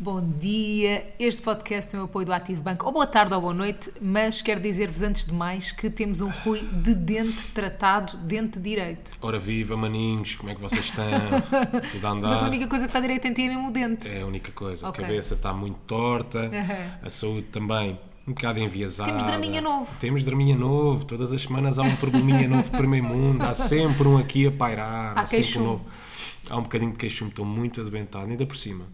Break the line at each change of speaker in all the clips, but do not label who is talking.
Bom dia, este podcast tem o apoio do Ativo Banco, ou boa tarde ou boa noite, mas quero dizer-vos antes de mais que temos um Rui de dente tratado, dente direito.
Ora viva, maninhos, como é que vocês estão? Tudo a andar?
Mas a única coisa que está direita em ti é mesmo o dente.
É a única coisa.
Ok.
A cabeça está muito torta,
Aham.
a saúde também um bocado enviesada.
Temos draminha novo.
Temos draminha novo. Todas as semanas há um probleminha novo de primeiro mundo. Há sempre um aqui a pairar.
Há
sempre
queixume.
um novo. Há um bocadinho de queixume. Estou muito adoentado. Ainda por cima.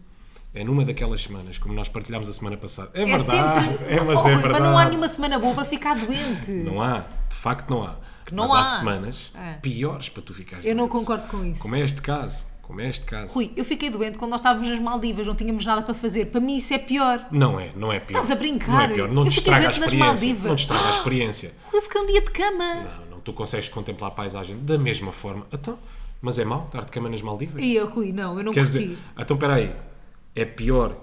É numa daquelas semanas, como nós partilhámos a semana passada. É, verdade. É, mas
Oh,
é
Rui,
verdade.
mas não há nenhuma semana boa para ficar doente.
Não há. De facto não há.
Que não
mas
há.
há semanas
Ah.
piores para tu ficares
Eu não
doente.
concordo com isso.
Como é este caso. Como é este caso.
Rui, eu fiquei doente quando nós estávamos nas Maldivas, não tínhamos nada para fazer. Para mim isso é pior.
Não é, não é pior.
Estás a brincar?
Não é pior, não
Eu
te
fiquei
estraga a
doente nas
experiência.
Maldivas.
Não te estraga a experiência.
Rui, eu fiquei um dia de cama.
Não, não, tu consegues contemplar a paisagem da mesma forma. Então, mas é mau estar de cama nas Maldivas?
E eu, Rui, não, eu não
Quer
curti.
dizer, então espera aí, é pior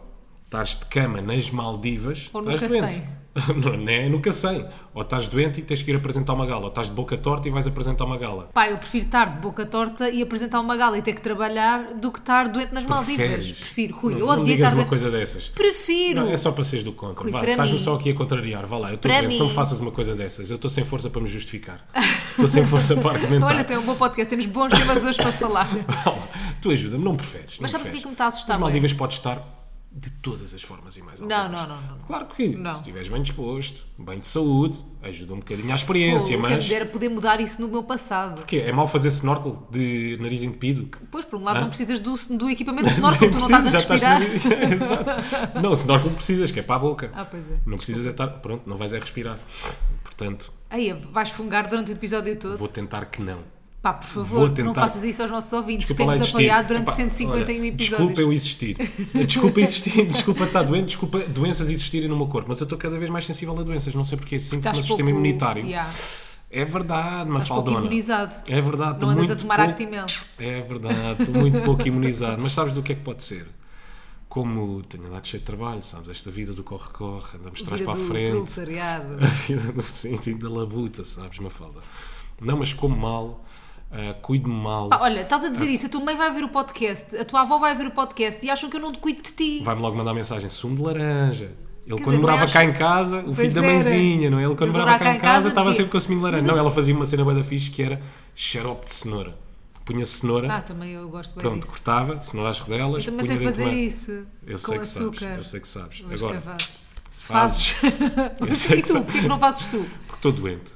estares de cama nas Maldivas
Ou
estás
nunca
doente. Não, não é nunca sei. Ou estás doente e tens que ir apresentar uma gala, ou estás de boca torta e vais apresentar uma gala.
Pá, eu prefiro estar de boca torta e apresentar uma gala e ter que trabalhar do que estar doente nas Maldivas.
Preferes?
Prefiro, Rui,
não,
eu
não me
odeio
digas
estar
uma
doente.
coisa dessas.
Prefiro.
Não, é só para seres do contra.
Rui,
Vá,
para
estás-me
mim-
só aqui a contrariar. Vá lá, eu estou
Para
doente.
mim-
Não faças uma coisa dessas. Eu estou sem força para me justificar. Estou sem força para argumentar.
Olha, tem um bom podcast, temos bons temas hoje para falar.
Vá lá, tu ajuda-me, não preferes.
Mas
não
sabes o que é
preferes.
que me está a assustar,
As Maldivas pode estar de todas as formas e mais algumas.
não, não, não.
Claro que
Não.
se estiveres bem disposto, bem de saúde, ajuda um bocadinho à experiência,
Pô, Quem me
mas...
dera poder mudar isso no meu passado.
Porquê? É mau fazer snorkel de nariz entupido?
Pois, por um lado,
Hã?
não precisas do, do equipamento de snorkel, tu não
precisas,
estás a
Ah. já
respirar.
no- Exato. Não, snorkel precisas, que é para a boca.
Ah, pois é.
Não precisas é estar... Pronto, não vais é respirar. Portanto,
Aí, vais fungar durante o episódio todo.
vou tentar que não.
Pá, por favor,
vou tentar.
não faças isso aos nossos ouvintes, que
Desculpa lá
temos
existir.
apoiado durante
Epá,
151
olha,
episódios.
Desculpa eu existir. Desculpa existir, desculpa estar doente, desculpa doenças existirem no meu corpo. Mas eu estou cada vez mais sensível a doenças, não sei porquê. Sinto que o
Estás
meu sistema
pouco-
imunitário.
Yeah.
É verdade,
pouco
Mafaldona.
imunizado.
É verdade, estou
andas
muito
a tomar
pouco-
Actimel.
É verdade, estou muito pouco imunizado. Mas sabes do que é que pode ser? Como tenho andado cheio de trabalho, sabes? Esta vida do corre-corre, andamos de trás
Vida
para a
do
frente
proletariado.
a vida do sentido da labuta, sabes, Mafalda? Não, mas como mal, ah, cuido-me mal,
Pá, olha, estás a dizer isso, a tua mãe vai ver o podcast, a tua avó vai ver o podcast e acham que eu não te cuido de ti.
vai-me logo mandar mensagem, sumo de laranja. Ele,
Quer
quando
dizer,
morava
mas-
cá em casa, o
Pois
filho da
era.
mãezinha, não é? Ele,
Ele
quando morava cá em casa, estava
porque-
sempre consumindo laranja.
Mas
Não, ela fazia uma cena bem da fixe que era xarope de cenoura. Punha cenoura,
Ah, também eu gosto bem
pronto,
disso.
cortava, cenoura às rodelas.
Eu também sei
punha dentro
fazer
de uma-
isso. com
Eu sei que
açúcar.
sabes, eu sei que sabes.
Vou
Agora,
escavar. Se fazes.
fazes. Eu sei
e
que
tu,
sabes.
porquê que não fazes tu?
porque estou doente.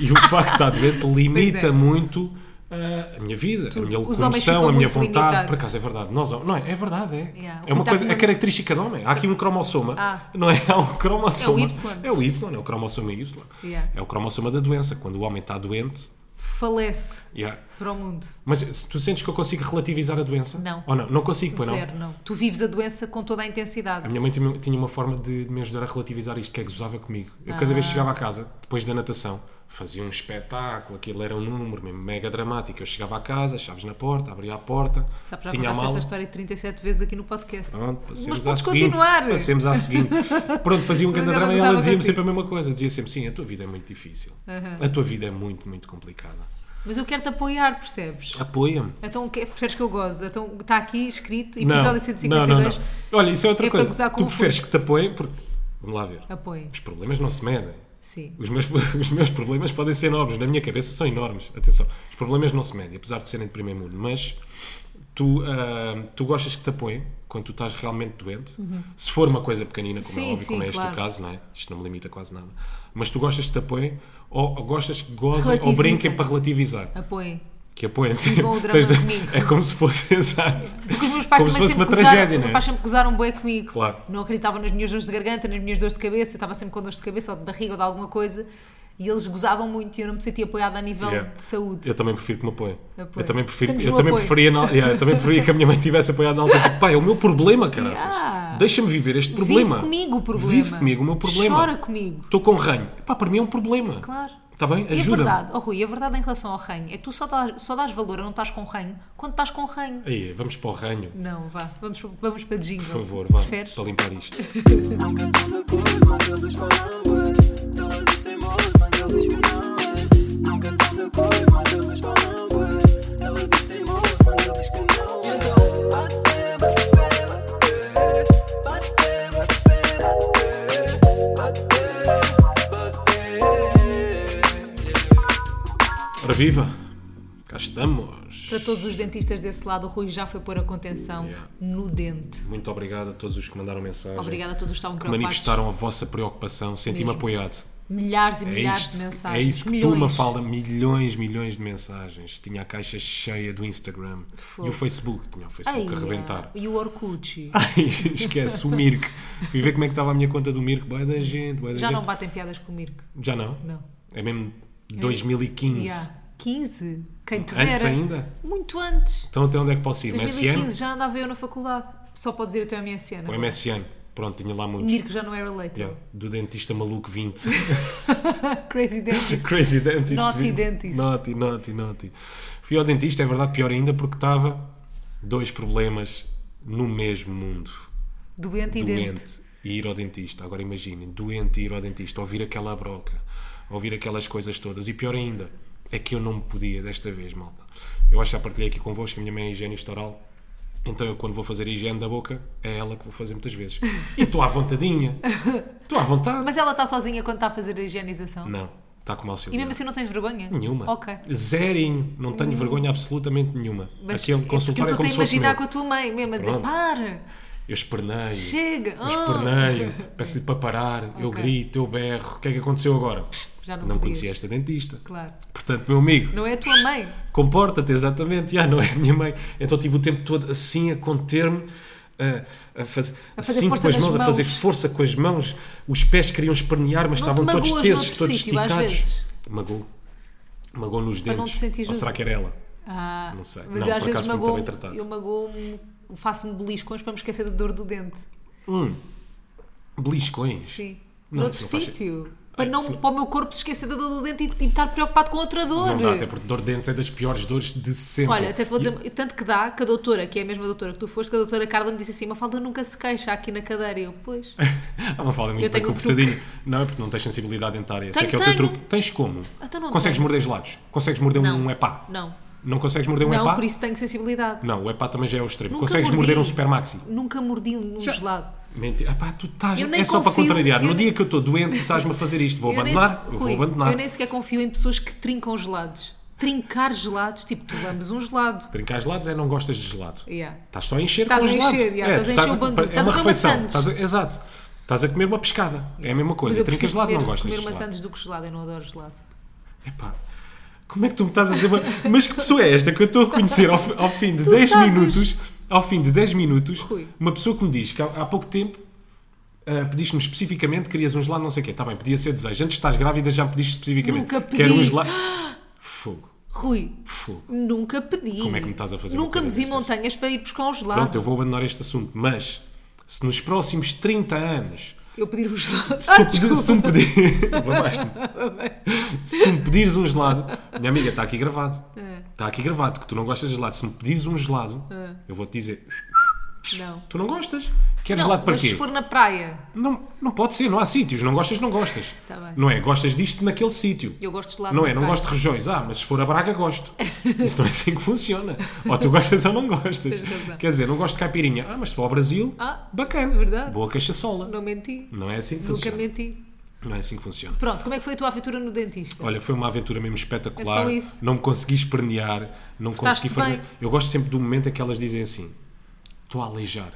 E o facto de estar doente limita
Pois é.
muito ah, a minha vida,
Tudo.
a minha
Os homens
locomoção,
ficam
a minha
muito
vontade.
limitados.
Por acaso é verdade. Nós, não é, é verdade, é.
Yeah, Tá o
É uma
coitado
coisa,
não-
é característica do homem. Há aqui um cromossoma,
Ah.
não é? Há um cromossoma.
É o Y.
É o Y, é o cromossoma Y.
Yeah.
É o cromossoma da doença. Quando o homem está doente,
Falece
yeah.
para o mundo.
mas se tu sentes que eu consigo relativizar a doença?
Não.
Ou não? Não consigo, pois não?
Zero, não. Tu vives a doença com toda a
A
intensidade.
minha mãe tinha tinha uma forma de de me ajudar a relativizar isto, que é que usava comigo. Eu cada
Ah.
vez chegava a casa, depois da natação, fazia um espetáculo, aquilo era um número mesmo mega dramático. Eu chegava a casa, chaves na porta, abria a porta,
Sabe, já
tinha a
contaste
mala.
essa história 37 vezes aqui no podcast.
Pronto, passemos
Mas
à
podes
seguinte.
continuar.
Passemos à seguinte. Pronto, fazia um
Mas
grande
ela
drama e
gostava
ela dizia-me
contigo.
sempre a mesma coisa. Dizia sempre, sim, a tua vida é muito difícil. A tua vida é muito, muito complicada.
Mas eu quero-te apoiar, percebes?
Apoia-me.
Então o que é que preferes que eu goze? Então está aqui escrito,
Não,
episódio
não,
152.
não, não. Olha, isso é outra
É para gozar
coisa.
com
Tu
o
preferes que te apoiem, porque... Vamos lá ver.
Apoio.
Os problemas não se medem.
Sim.
Os meus, os meus problemas podem ser enormes, na minha cabeça são enormes. Atenção, os problemas não se medem, apesar de serem de primeiro mundo, mas tu, ah, tu gostas que te apoiem quando tu estás realmente doente, se for uma coisa pequenina, como
Uhum. Sim,
é óbvio,
sim,
como é este
claro.
o caso, não é? Isto não me limita quase nada. Mas tu gostas que te apoiem ou, ou gostas que gozem ou
Relativizem.
brinquem para relativizar?
Apoio.
Que apoiem sim.
Vivam o drama
Tens de-
comigo.
É como se fosse, exato.
Porque os meus pais
Como se
também
fosse
sempre
uma
gozaram,
tragédia,
os
não
meus
é?
pais sempre gozaram bué comigo.
Claro.
Não acreditavam nas minhas dores de garganta, nas minhas dores de cabeça, eu estava sempre com dores de cabeça ou de barriga ou de alguma coisa e eles gozavam muito e eu não me sentia apoiada a nível
Yeah.
de saúde.
Eu também prefiro que me apoiem.
Apoio.
Eu também prefiro,
Temos
eu
um
também
apoio.
preferia, na- yeah, eu também preferia que a minha mãe tivesse apoiado na altura. Tipo, Pai, é o meu problema, caraças.
Yeah.
Deixa-me viver este problema.
Vive comigo o problema.
Vive comigo o meu problema.
Chora comigo.
Estou com ranho. Pá, para mim é um problema.
Claro.
Está bem?
E a
Ajuda-me.
verdade, oh Rui, a verdade em relação ao ranho é que tu só dás, só dás valor a não estás com ranho quando estás com ranho.
Aí, vamos para o ranho.
Não, vá, vamos, vamos para jingle.
Por favor, vá,
Preferes?
para limpar isto.
Não penso na cor, mas eles falam bué. Eles têm voz, mas eles que não é. Não penso na cor, mas eles falam bué. Eles têm voz, mas eles que não é. Então, até bater, bater,
viva! Cá estamos!
Para todos os dentistas desse lado, o Rui já foi pôr a contenção
Yeah.
no dente.
Muito obrigado a todos os que mandaram mensagem.
Obrigada a todos que estavam
Que
preocupados.
manifestaram a vossa preocupação. Senti-me
Mesmo.
apoiado.
Milhares e
É
milhares
isto,
de
que-
mensagens.
é isso que
milhões.
tu me fala. Milhões, milhões de mensagens. Tinha a caixa cheia do Instagram.
Fogo.
E o Facebook. Tinha o Facebook
Ai,
a arrebentar. Ah,
E o Orkut.
Ai, esquece. O Mirk. Fui ver como é que estava a minha conta do Mirk. Bem da gente, bué da
Já
gente.
não batem piadas com o Mirko.
Já não?
Não.
É mesmo 2015.
Yeah. 15? Quem te
Antes
dera.
ainda?
Muito antes.
Então até onde é que posso ir? MSN?
2015 já andava eu na faculdade. Só pode dizer até a MSN.
Ou
agora.
MSN? Pronto, tinha lá muitos.
Mirko é? já não era leite.
Yeah. Do dentista maluco 20.
Crazy Dentist.
Crazy dentist.
Naughty dentist.
Naughty, naughty, naughty. Fui ao dentista, é verdade, pior ainda, porque estava dois problemas no mesmo mundo.
Doente e dente.
Doente e ir ao dentista. Agora imaginem, doente e ir ao dentista, ouvir aquela broca, ouvir aquelas coisas todas. E pior ainda, é que eu não me podia desta vez, malta. Eu acho que já partilhei aqui convosco que a minha mãe é higienista oral. Então eu quando vou fazer a higiene da boca, é ela que vou fazer muitas vezes. E estou à vontadinha. Estou à vontade.
Mas ela está sozinha quando está a fazer a higienização?
Não, está com auxílio.
E mesmo assim não tens vergonha?
Nenhuma.
Ok.
Zerinho. Não tenho vergonha absolutamente nenhuma.
Mas
Aquele
é
consultório
porque
é
eu estou
como
a
se fosse
imaginar
meu.
com a tua mãe mesmo a dizer
Pronto.
para,
Eu esperneio.
chega.
Eu
ah."
esperneio. Peço-lhe para parar. Eu
Ok.
grito, eu berro. O que é que aconteceu agora?
Já não,
Não
podias.
conhecia esta dentista.
Claro.
Portanto, meu amigo,
Não é a tua mãe.
comporta-te exatamente. Já não é a minha mãe. Então tive o tempo todo assim a conter-me. A, a fazer,
A fazer
assim com as
força
mãos,
nas
a fazer
mãos.
força com as mãos, os pés queriam espernear, mas
Não te
estavam todos
magoas
tesos,
noutro
todos
sítio, às
esticados.
vezes?
Magou. Magou nos
não te assim?
dentes.
sentir
Ou será
justo.
que era ela?
Ah,
Não sei.
Mas
Não,
eu às
por
vezes
acaso fui
magoo
muito bem tratado.
eu magoo-me, faço-me beliscões para me esquecer da dor do dente.
Beliscões.
Sim.
Não,
Noutro
isso não faz
sítio. Para,
Ai,
não,
isso não-
para o meu corpo se esquecer da dor do dente e, e estar preocupado com outra dor.
Não dá, até porque dor de dentes é das piores dores de sempre.
Olha, até te vou dizer, tanto que dá que a doutora, que é a mesma doutora que tu foste, que a doutora Carla me disse assim: Mafalda nunca se queixa aqui na cadeira. E eu, pois.
Há É uma fala muito
Eu
bem
tenho um
comportadinho. Não, é porque não tens sensibilidade dentária. Esse é
Tenho,
que é o teu
tenho.
truque. Tens como?
Então não
consegues
tenho.
morder gelados? Consegues morder
Não.
um epá?
Não.
Não consegues morder um
não,
epá?
por isso tenho sensibilidade.
Não, o epá também já é o extremo.
Nunca
consegues
mordi.
morder um supermaxi?
Nunca mordi um um
Já-
gelado.
Mentira. Epá, tu estás...
Eu nem
É só para
confio,
contrariar.
eu
No
nem-
dia que eu estou doente, tu estás-me a fazer isto. Vou
Eu nem
abandonar.
se-
Eu
Rui,
vou abandonar.
eu nem sequer confio em pessoas que trincam gelados. Trincar gelados, tipo, tu lambes um gelado.
Trincar gelados é não gostas de gelado.
Yeah.
Estás só a encher
Estás
com
a
gelado.
encher, já, estás
É,
a
tu
encher o bandido.
é
Estás a
uma
comer uma
refeição.
Sandes.
Estás a- Exato. Estás a comer uma pescada. É a mesma coisa.
eu
Trincas
prefiro
gelado, não
comer-
gostas de
comer
gelado.
maçãs do que gelado, eu não adoro gelado.
Epá, como é que tu me estás a dizer? Mas que pessoa é esta que eu estou a conhecer ao, ao fim de
Tu
10
sabes.
minutos? Ao fim de 10 minutos,
Rui.
uma pessoa que me diz que há, há pouco tempo ah, pediste-me especificamente, querias um gelado, não sei o quê. Está bem, podia ser desejo. Antes de estás grávida, já me pediste especificamente.
Nunca
Quero um
pedi.
gelado. Fogo,
Rui,
fogo.
nunca pedi.
Como é que me estás a fazer uma
Nunca me
coisa
vi
destas?
montanhas para ir buscar um gelado.
Pronto, eu vou abandonar este assunto, mas se nos próximos 30 anos.
Eu pedir um gelado.
Se tu, pedi- se tu me pedir- Babaste-me. Se tu me pedires um gelado, minha amiga, está aqui gravado.
É.
Está aqui gravado que tu não gostas de gelado. Se me pedires um gelado, eu vou te dizer:
Não.
tu não gostas? Queres
Não,
gelado para
mas
quê?
se for na praia,
Não, não pode ser, não há sítios. Não gostas, não gostas.
Tá bem.
Não é? Gostas disto naquele sítio.
eu gosto de gelado
Não
na
é? Não
praia.
gosto de rojões. Ah, mas se for a Braga, gosto. Isso não é assim que funciona. Ou tu gostas ou não gostas.
Tens razão.
Quer dizer, não gosto de caipirinha. Ah, mas se for ao Brasil,
Ah,
bacana.
verdade.
Boa cachaçola.
Não menti.
Não é assim que
Nunca
funciona.
menti.
Não é assim que funciona.
Pronto, como é que foi a tua aventura no dentista?
Olha, foi uma aventura mesmo espetacular.
É só isso.
Não me consegui espernear, não
Portaste-te
consegui fazer.
bem.
Eu gosto sempre do momento em que elas dizem assim: estou a aleijar.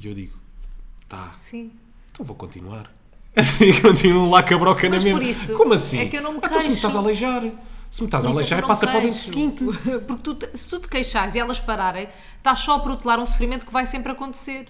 E eu digo: tá,
Sim.
então vou continuar. E continuo lá com a broca
Mas
na mesma.
por isso,
Como assim?
é que eu não me
Ah, Então se me
queixo.
estás a aleijar, se me estás a
Por isso é que
aleijar,
eu
passa
não
para o dente
queixo.
seguinte.
Porque tu te- se tu te queixares e elas pararem, estás só a protelar um sofrimento que vai sempre acontecer.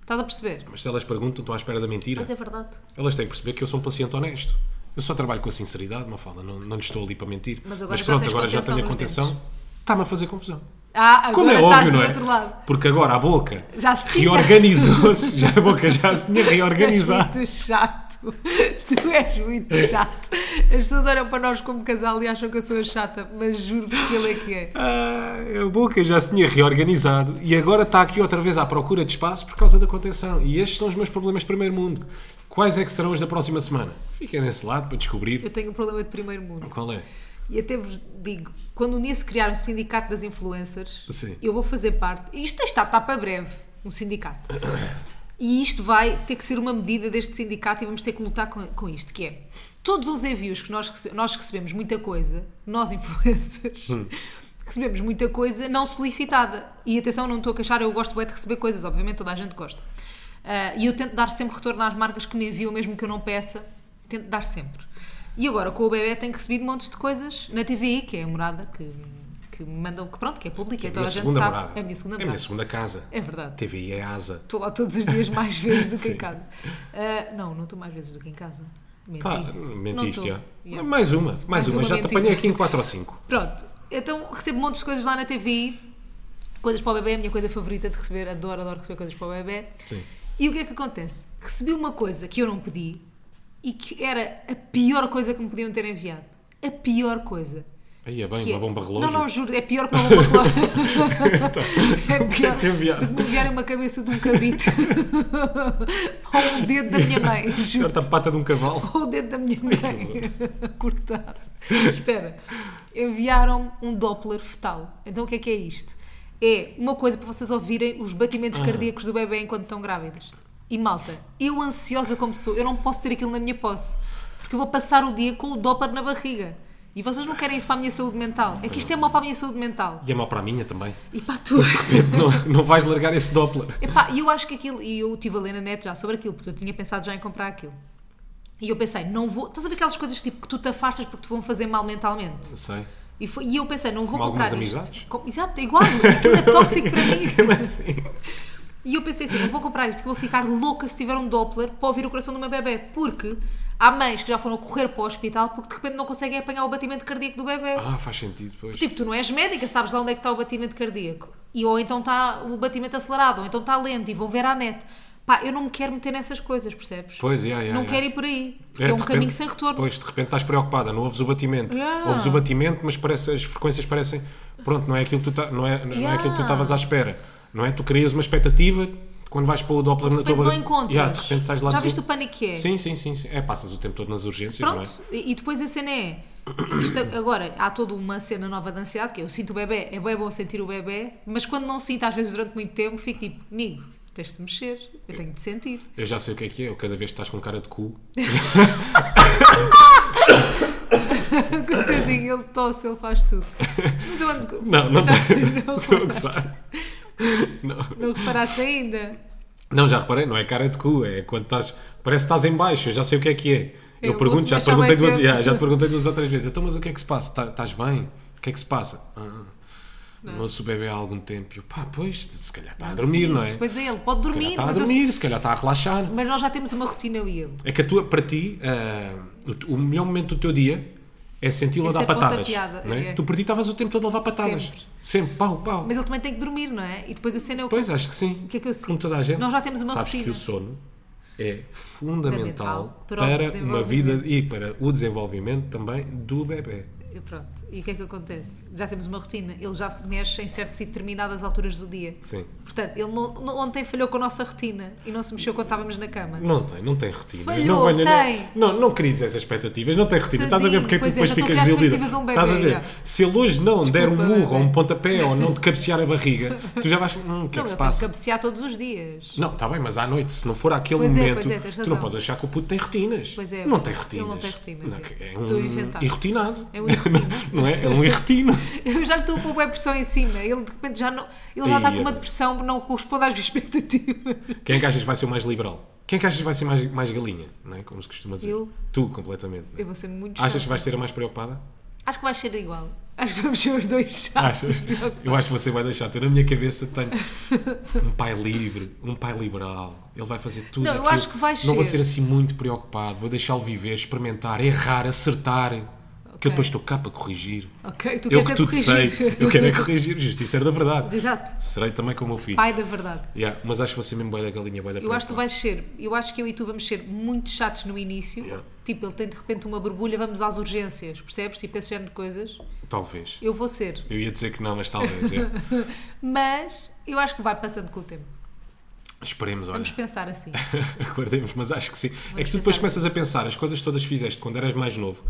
Estás a perceber?
Mas se elas perguntam, estou à espera da mentira.
Mas é verdade.
Elas têm que perceber que eu sou um paciente honesto. Eu só trabalho com a sinceridade, não fala, não, não lhes estou ali para mentir.
Mas agora já
pronto,
tens
agora já
contenção
tenho a
nos
contenção. Está-me a fazer confusão.
Ah, agora
Como é
estás
óbvio,
do
não é?
outro lado.
Porque agora a boca
Já se tinha.
reorganizou-se, já a boca já se tinha
Tu
reorganizado.
és muito chato. Tu és muito chato. As pessoas olham para nós como casal e acham que eu sou a chata, mas juro porque ele é que é.
Ah, a boca já se tinha reorganizado e agora está aqui outra vez à procura de espaço por causa da contenção. E estes são os meus problemas de primeiro mundo. Quais é que serão os da próxima semana? Fiquem nesse lado para descobrir
Eu tenho um problema de primeiro mundo.
qual é.
E até vos digo, quando um dia se criar um sindicato das influencers,
Sim.
eu vou fazer parte. E isto está, está para breve, um sindicato. E isto vai ter que ser uma medida deste sindicato e vamos ter que lutar com, com isto, que é Todos os envios que nós, rece- nós recebemos muita coisa, nós influencers,
Hum.
recebemos muita coisa não solicitada. E atenção, não estou a queixar, eu gosto bem de receber coisas, obviamente toda a gente gosta. Ah, e eu tento dar sempre retorno às marcas que me enviam, mesmo que eu não peça, tento dar sempre. E agora com o bebê tenho recebido montes de coisas na TVI, que é a morada que, que me mandam, que pronto, que é pública, então a
minha
gente
segunda
sabe.
morada.
É a minha segunda
É a minha
morada.
segunda casa.
É verdade.
TVI é asa.
Estou lá todos os dias mais vezes do que
Sim.
em casa. Ah, não, não estou mais vezes do que em casa. Menti.
Tá,
Não
mentiste,
estou.
já.
Yeah.
Mais uma, mais,
Mais
uma.
uma
Já te
mentira.
apanhei aqui em 4 ou 5.
Pronto, então recebo montes de coisas lá na TV, coisas para o bebê, a minha coisa favorita de receber, adoro, adoro receber coisas para o bebê.
Sim.
E o que é que acontece? Recebi uma coisa que eu não pedi e que era a pior coisa que me podiam ter enviado. A pior coisa.
Aí é bem,
Que
uma
é-
bomba
Não,
relógio.
não, juro, é pior que uma bomba relógio. é
o que é que te enviaram?
do que me enviarem uma cabeça de um cabite ou um dedo da minha mãe. Juro.
Corta a pata de um cavalo.
Ou o dedo da minha mãe cortado. Espera, enviaram um Doppler fetal. Então o que é que é isto? É uma coisa para vocês ouvirem os batimentos
Ah.
cardíacos do bebê enquanto estão grávidas. E malta, eu ansiosa como sou, eu não posso ter aquilo na minha posse. Porque eu vou passar o dia com o Doppler na barriga. E vocês não querem isso para a minha saúde mental. É que isto é mau para a minha saúde mental.
E é mau para a minha também.
E para a tua.
não, não vais largar esse Doppler.
Epá, e eu acho que aquilo, e eu estive a ler na net já sobre aquilo, porque eu tinha pensado já em comprar aquilo. E eu pensei, não vou. Estás a ver aquelas coisas tipo que tu te afastas porque te vão fazer mal mentalmente?
Não sei.
E, foi- e eu pensei, não vou
Como
comprar
algumas
isto.
amizades.
Com- exato, é igual, aquilo é tóxico para mim.
Não é assim.
E eu pensei assim, não vou comprar isto, que eu vou ficar louca se tiver um Doppler para ouvir o coração do meu bebê. Porque há mães que já foram correr para o hospital porque de repente não conseguem apanhar o batimento cardíaco do bebê.
Ah, faz sentido, pois.
Tipo, tu não és médica, sabes lá onde é que está o batimento cardíaco. E, ou então está o batimento acelerado, ou então está lento, e vão ver à net. Pá, eu não me quero meter nessas coisas, percebes?
Pois, yeah, yeah,
não
yeah.
quero ir por aí, porque
É,
é, um
de repente-
caminho sem retorno.
Pois, de repente estás preocupada, não ouves o batimento.
Yeah.
Ouves o batimento, mas parece, as frequências parecem. Pronto, não é aquilo que tu tá- não é, não é
Yeah.
aquilo que tu estavas à espera. Não é? Tu crias uma expectativa quando vais pôr o Doppler
de
na tua
repente não
barriga-
encontras.
Yeah, de repente sais lá
Já
desu-
viste o pânico que é?
Sim, sim, sim, sim. É, passas o tempo todo nas urgências, não é?
Pronto, e e depois a cena é. isto é- agora, há toda uma cena nova de ansiedade que é eu sinto o bebê, é bem bom sentir o bebê, mas quando não sinto, às vezes durante muito tempo, fico tipo, amigo, tens de te mexer, eu tenho de sentir.
Eu já sei o que é que é, eu cada vez que estás com cara de cu.
Coitadinho, ele tosse, ele faz tudo. Mas eu ando.
Não, não,
já,
não,
não,
não.
não reparaste ainda.
Não, já reparei, não é cara de cu, é quando estás. Parece que estás em baixo, eu já sei o que é que é. Eu,
Eu
pergunto,
ouço-me
já te
chamar
perguntei, duas,
tempo.
já, já te perguntei duas ou três vezes. Então, mas o que é que se passa? Tá- Estás bem? O que é que se passa? Ah, não ouço o bebê há algum tempo. Eu, pá, pois, se calhar está a dormir,
Sim,
não é?
Depois é ele, pode
se calhar
dormir,
está a
mas, eu-
dormir, se calhar está a relaxar.
mas nós já temos uma rotina, eu e ele.
É que a tua, para ti, ah, o t- o, melhor momento do teu dia é senti-lo a
É
dar
ser
patadas.
pontapeada,
não é?
é.
Tu por ti estavas o tempo todo a levar patadas.
Sempre.
Sempre, pau, pau.
Mas ele também tem que dormir, não é? E depois a cena é o
Pois, acho que sim.
O que é que eu
Como
sinto?
toda a gente.
Nós já temos uma
Sabes
rotina.
que o sono é fundamental
Fundamental para o
para, uma vida
desenvolvimento.
e para o desenvolvimento também do bebê.
E Pronto, e o que é que acontece? Já temos uma rotina, ele já se mexe em certas e determinadas alturas do dia.
Sim.
Portanto, ele não- não- ontem falhou com a nossa rotina e não se mexeu quando estávamos na cama.
Não tem, não tem rotina.
Falhou,
não,
tem.
Não, não, não crias essas expectativas, não tem rotina. Estás a ver
Tadinho,
porque é que tu
pois é,
depois
já estou a
ficas
criar
desiludida.
expectativas a um bebê,
Estás a ver?
já.
Se ele hoje não der um
Desculpa,
murro ou um
bebê.
pontapé ou não te cabecear a barriga, tu já vais. Hum, o que é
Não,
que se
ele tem que
passa?
cabecear todos os dias.
Não, está bem, mas à noite, se não for àquele
Pois é,
momento,
pois é, tens
tu não
razão.
podes achar que o puto tem rotinas.
Pois é,
não tem
ele
rotinas.
não tem rotinas,
Não,
é.
que é
Estou a
um
inventar.
irrotinado.
É um irrotino.
não é? É um irrotino.
Eu já lhe estou a pôr a pressão em cima. Ele de repente já, não, ele já está
Ia
com uma
bem.
depressão por não corresponder às minhas expectativas.
Quem é que achas que vai ser o mais liberal? Quem é que achas que vai ser mais, mais galinha? Não é? Como se costuma dizer.
Eu?
Tu, completamente. não é?
Eu vou ser muito chata.
Achas que vais ser a mais preocupada?
Acho que vai ser igual. Acho que vamos ser os dois chatos.
Achas? Eu acho que você vai deixar. Eu, na minha cabeça, tenho um pai livre, um pai liberal. Ele vai fazer tudo.
Não, eu
aquilo.
acho que vai
Não vou
ser.
ser assim muito preocupado. Vou deixá-lo viver, experimentar, errar, acertar. Que eu
Ok.
depois estou cá para corrigir.
Ok, tu
eu
queres
que
é
tudo
corrigir.
sei. Eu quero é corrigir. Justiça da verdade.
Exato.
Serei também com o meu filho.
Pai da verdade.
Yeah, mas acho que você mesmo boi da galinha, boi da
Eu acho que tu vais ser, eu acho que eu e tu vamos ser muito chatos no início.
Yeah.
Tipo, ele tem de repente uma borbulha, vamos às urgências, percebes? Tipo, esse género de coisas.
Talvez.
Eu vou ser.
Eu ia dizer que não, mas talvez. yeah.
Mas eu acho que vai passando com o tempo.
Esperemos, olha.
Vamos pensar assim.
Aguardemos, mas acho que sim. é que
pensar
tu depois
assim.
começas a pensar, as coisas todas que fizeste quando eras mais novo,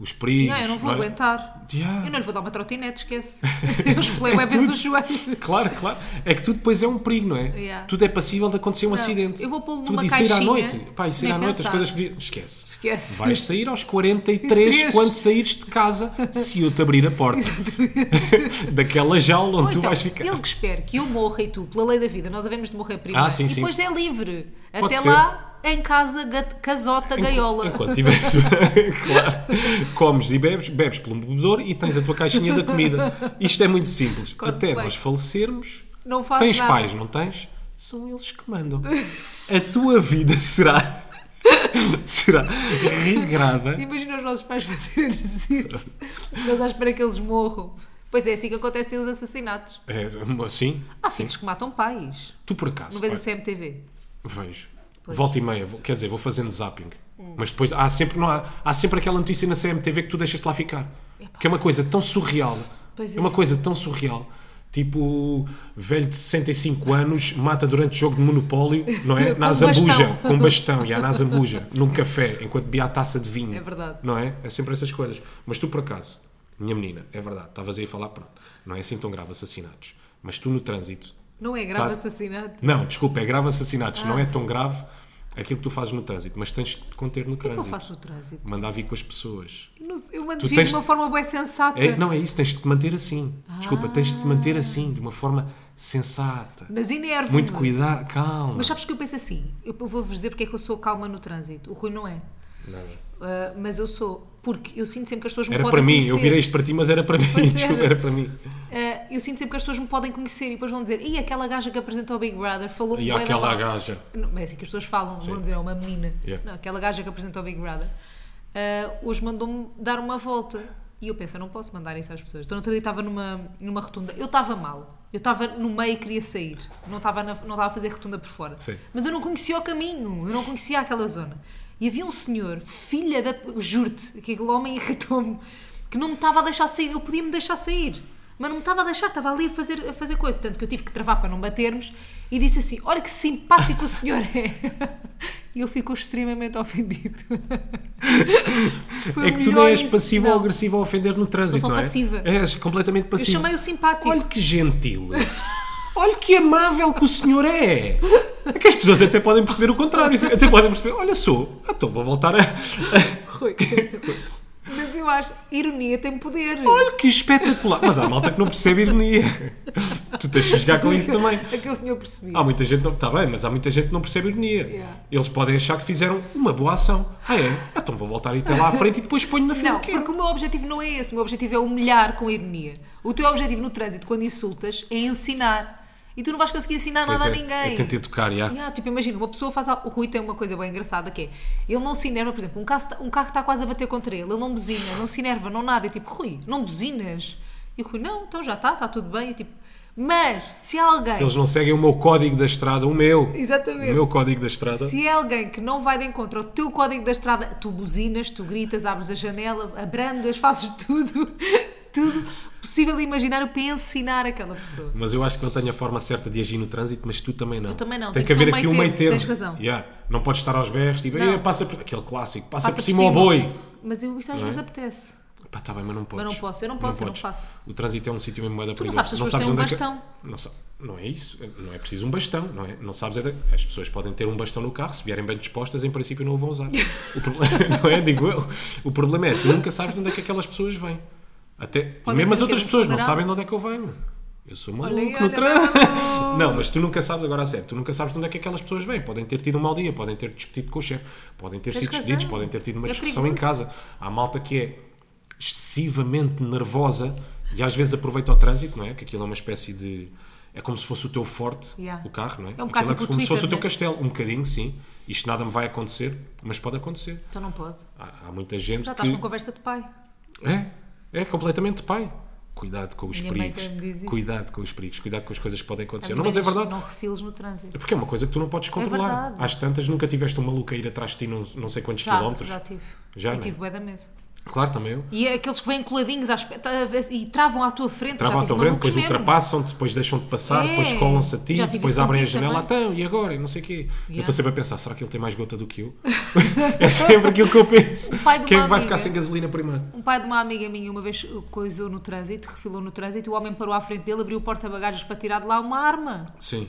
os perigos.
Não, eu não vou
é?
aguentar.
Yeah.
Eu não lhe vou dar uma trotinete, esquece. Eu esfolei uma vez
Tudo.
os joelhos.
Claro, claro. É que tudo depois é um perigo, não é?
Yeah.
Tudo é passível de acontecer um acidente.
eu vou pô-lo
Tudo,
numa
e sair à
caixinha,
noite. Pá, e sair
nem
à noite,
pensar.
as coisas podiam. Esquece.
Esquece.
Vais sair aos 43
Três.
quando saíres de casa, se eu te abrir a porta daquela jaula onde
Ou
tu
então,
vais ficar.
ele que espera que eu morra e tu, pela lei da vida, nós havemos de morrer primeiro.
Ah, sim,
e
sim.
depois é livre.
Pode
Até
ser.
lá, em casa, gat- casota, gaiola.
Enquanto tiveres, claro, comes e bebes, bebes pelo bebedouro e tens a tua caixinha da comida. Isto é muito simples. Até
Cornflakes.
nós falecermos,
Não fazes
tens
nada.
pais, não tens? São eles que mandam. A tua vida será, será regrada.
Imagina os nossos pais fazerem isso. Nós à espera que eles morram. Pois é, assim que acontecem os assassinatos.
É, assim,
Há filhos que matam pais.
tu por acaso.
Não vês a
olha,
CMTV?
Vejo. Volta e meia, vou- quer dizer, vou fazendo zapping.
Hum.
Mas depois há sempre, não há, há sempre aquela notícia na CMTV que tu deixas de lá ficar. Que é uma coisa tão surreal.
Pois
é.
é.
uma coisa tão surreal. Tipo, velho de 65 anos mata durante jogo de monopólio, não é?
Com
na
um
Zambuja,
bastão.
com bastão, e há na Zambuja, num café, enquanto bebia a taça de vinho.
É verdade.
Não é? É sempre essas coisas. Mas tu, por acaso, minha menina, é verdade, estavas aí a falar, pronto, não é assim tão grave assassinatos. Mas tu no trânsito,
Não é grave
Estás-
assassinato?
não, desculpa, é grave assassinatos. Não é
Ah.
tão grave aquilo que tu fazes no trânsito, mas tens de te conter no
O que é que eu
trânsito.
faço no trânsito?
Mandar vir com as pessoas.
Eu, não sei, eu mando
Tu
vir
tens-
de uma forma bem sensata.
É, não é isso, tens de te manter assim. Desculpa, tens de te
Ah.
manter assim, de uma forma sensata.
Mas enervo
Muito cuidado, calma.
Mas sabes que eu penso assim? Eu vou-vos dizer porque é que eu sou calma no trânsito. O Rui não é.
Nada.
Ah, mas eu sou. Porque eu sinto sempre que as pessoas me
Era
podem
para mim,
conhecer.
eu virei isto para ti, mas era para mim.
Pois era.
Desculpa, era para mim.
Ah, eu sinto sempre que as pessoas me podem conhecer e depois vão dizer e aquela gaja que apresentou o Big Brother falou
E
bué da
aquela
mal."
gaja.
Não, mas é assim que as pessoas falam, vão dizer, é uma menina.
Yeah.
Não, aquela gaja que apresentou o Big Brother. ah, hoje mandou-me dar uma volta. E eu penso, eu não posso mandar isso às pessoas. Então, no outro dia estava numa, numa rotunda. Eu estava mal. Eu estava no meio e queria sair. Não estava, na- não estava a fazer rotunda por fora.
Sim.
Mas eu não conhecia o caminho. Eu não conhecia aquela zona. E havia um senhor, filha da... Juro-te, que aquele homem irritou-me. Que não me estava a deixar sair. Eu podia me deixar sair. Mas não me estava a deixar. Estava ali a fazer, a fazer coisa. Tanto que eu tive que travar para não batermos. E disse assim, olha que simpático o senhor é. E eu fico extremamente ofendido. Foi
É
o
que tu
melhor
não és
insu-
passiva ou
Não.
agressiva a ofender no trânsito,
sou
não é?
passiva.
És completamente
Eu
passiva.
chamei-o simpático.
Olha que gentil. Olha que amável que o senhor é. É que as pessoas até podem perceber o contrário. Até podem perceber, olha sou, Ah, então vou voltar a... a-
Rui. Mas eu acho, ironia tem poder.
Olha que espetacular. Mas há malta que não percebe ironia. Tu tens de jogar com isso também.
Aquele É senhor percebia.
Há muita gente, não- está bem, mas há muita gente que não percebe ironia.
Yeah.
Eles podem achar que fizeram uma boa ação. Ah é? Ah, Então vou voltar a ir até lá à frente e depois ponho na fila
Não,
que quero.
porque o meu objetivo não é esse. O meu objetivo é humilhar com ironia. O teu objetivo no trânsito, quando insultas, é ensinar. E tu não vais conseguir ensinar
Pois
nada
é,
a ninguém.
Eu tentei tocar, já.
Yeah, tipo, imagina, uma pessoa faz. al- O Rui tem uma coisa bem engraçada que é: ele não se enerva, por exemplo, um carro, tá- um carro que está quase a bater contra ele, ele não buzina, não se enerva, não nada. Eu tipo, Rui, não buzinas. E o Rui, não, então já está, está tudo bem. Eu tipo, mas se alguém.
Se eles não seguem o meu código da estrada, o meu.
Exatamente.
O meu código da estrada.
Se é alguém que não vai de encontro ao teu código da estrada, tu buzinas, tu gritas, abres a janela, abrandas, fazes tudo, tudo possível e imaginário para ensinar aquela pessoa.
Mas eu acho que não tenho a forma certa de agir no trânsito, mas tu também não. Eu
também não. Tem
Tem, que
que ser
haver
um
aqui um
meio
meio termo.
termo. Tens razão.
Yeah. Não podes estar aos berros, tipo,
Não.
"Eh, passa por... aquele clássico, passa,
Passa
por cima ao é boi.
Mas eu isso às
Não é?
vezes apetece.
Pá, tá bem, mas não podes.
não posso, eu não posso, eu não
podes.
faço.
O trânsito é um sítio mesmo bué da
não
perigoso.
sabes se as pessoas
onde
têm um
é que-
bastão.
Não, sa- não é isso. Não é preciso um bastão, não é? Não sabes é da- As pessoas podem ter um bastão no carro, se vierem bem dispostas, em princípio não o vão usar. O problema, não é? Digo eu. O problema é, tu nunca sabes de onde é que aquelas pessoas vêm. Até, e
Podem
mesmo as
vir
outras
aqui
pessoas não
vulnerável.
sabem de onde é que eu venho. Eu sou maluco
aí,
no
olha,
trânsito. Não, mas tu nunca sabes, agora a sério, tu nunca sabes de onde é que aquelas pessoas vêm. Podem ter tido um mau dia, podem ter discutido com o chefe, podem ter
Tens
sido
razão.
despedidos, podem ter tido uma
É
discussão em
perigoso.
casa. Há malta que é excessivamente nervosa e às vezes aproveita o trânsito, não é? Que aquilo é uma espécie de. É como se fosse o teu forte,
Yeah.
o carro, não é?
É um bocado
aquilo é
tipo o
como se
Twitter,
fosse o teu
né?
castelo. Um bocadinho, sim. Isto nada me vai acontecer, mas pode acontecer.
Então não pode.
Há, há muita gente
Já estás
que.
com conversa de pai.
É, é completamente pai. Cuidado com os
Minha mãe
perigos.
também me diz isso.
Cuidado com os perigos, cuidado com as coisas que podem
A
acontecer.
minha
Não,
mãe
mas é
diz,
verdade.
Não refiles no trânsito.
É Porque é uma coisa que tu não podes controlar.
verdade.
Às tantas nunca tiveste um maluco a ir atrás de ti não, não sei quantos
Já,
quilómetros.
já tive.
Já,
eu
né?
tive bué da medo.
Claro, também eu.
E é aqueles que vêm coladinhos às pe- tá a ver- e travam à tua frente.
Travam
já tive
à tua frente,
malucos
depois
mesmo.
ultrapassam-te, depois deixam-te passar,
É.
depois colam-se a ti,
Já tive
depois
isso
abrem a
contigo
janela,
também.
então, e agora? E não sei o quê. Eu
Yeah.
estou sempre a pensar, será que ele tem mais gota do que eu? é sempre aquilo que eu penso.
O pai de
Quem é
uma
que vai
amiga.
ficar sem gasolina primeiro?
Um pai de uma amiga minha uma vez coisou no trânsito, refilou no trânsito, e o homem parou à frente dele, abriu o porta-bagagens para tirar de lá uma arma.
Sim.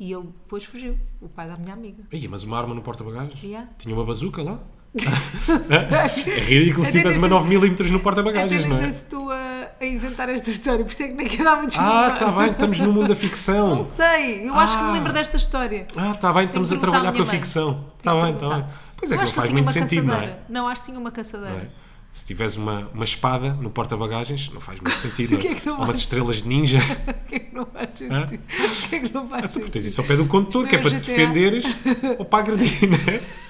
E ele depois fugiu. O pai da minha amiga.
Ia, mas uma arma no porta-bagagens?
Yeah.
Tinha uma bazuca lá? é ridículo se
Até
tivesse uma
nem sei-
9mm no
Até
porta-bagagens,
nem
não é?
sei se tu a, a inventar esta história, por isso é que nem quer dar muito
Ah,
desculpa.
está bem, estamos no mundo da ficção.
Não sei, eu acho que me
Ah.
lembro desta história.
Ah, está bem, estamos
que
a
perguntar à
trabalhar com
minha
a
mãe.
ficção. Está
Tenho
bem,
que
está bem.
perguntar.
Pois é,
Eu
que não
acho que ele
faz
tinha
muito
uma
sentido, não é?
caçadeira. Não, acho que tinha uma caçadeira.
não é? Se tiveres uma, uma espada no porta-bagagens, não faz muito sentido. Não é?
Que é que não
Ou umas
faz?
estrelas de ninja.
O que é que não faz
Hã?
sentido? O que é que não faz
Porque tens
sentido?
isso ao pé do condutor,
Isto
que é
não
para
é o
te
GTA.
defenderes ou para agredir, não é?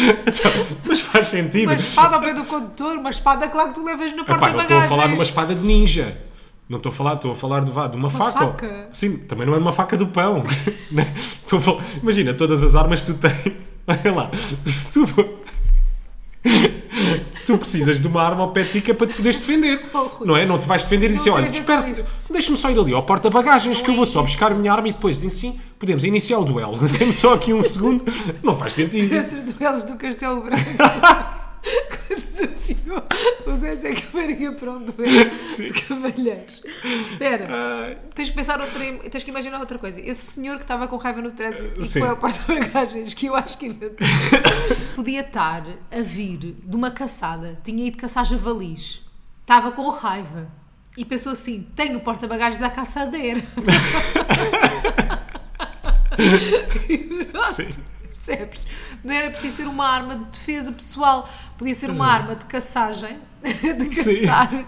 Então, Mas faz sentido.
Uma espada ao pé do condutor, uma espada, claro que tu levas na
Epá, não estou a
porta-bagagens.
falar de uma espada de ninja. Não estou a falar, estou a falar de, vá, de uma, faca.
faca?
Sim, também não é uma faca do pão. Né? Estou a falar- Imagina, todas as armas que tu tens. Olha lá. Se tu, for- tu precisas de uma arma ao pé de ti que é para te poderes defender.
Oh, Rui.
não é? Não te vais defender e dizer,
tem
olha,
a ver com
espera,
isso.
deixa-me só ir ali ao porta-bagagens que
Não
eu
é
vou só
isso.
buscar a minha arma e depois, assim, podemos iniciar o duelo. Dê-me só aqui um segundo. Não faz sentido.
Esses duelos do Castelo Branco. Que Desafiou o Zé Zé Cavalheiro para um duelo
Sim.
de cavalheiros. Espera,
Ai.
tens que pensar outra, im- tens que imaginar outra coisa. Esse senhor que estava com raiva no trânsito e que
Sim.
foi ao porta-bagagens, que eu acho que inventou, podia estar a vir de uma caçada, tinha ido caçar javalis, estava com raiva e pensou assim: tenho no porta-bagagens a caçadeira.
Sim.
Percebes? Não era preciso ser uma arma de defesa pessoal, podia ser uma arma de caçagem, de
Uhum. Sim.
caçar.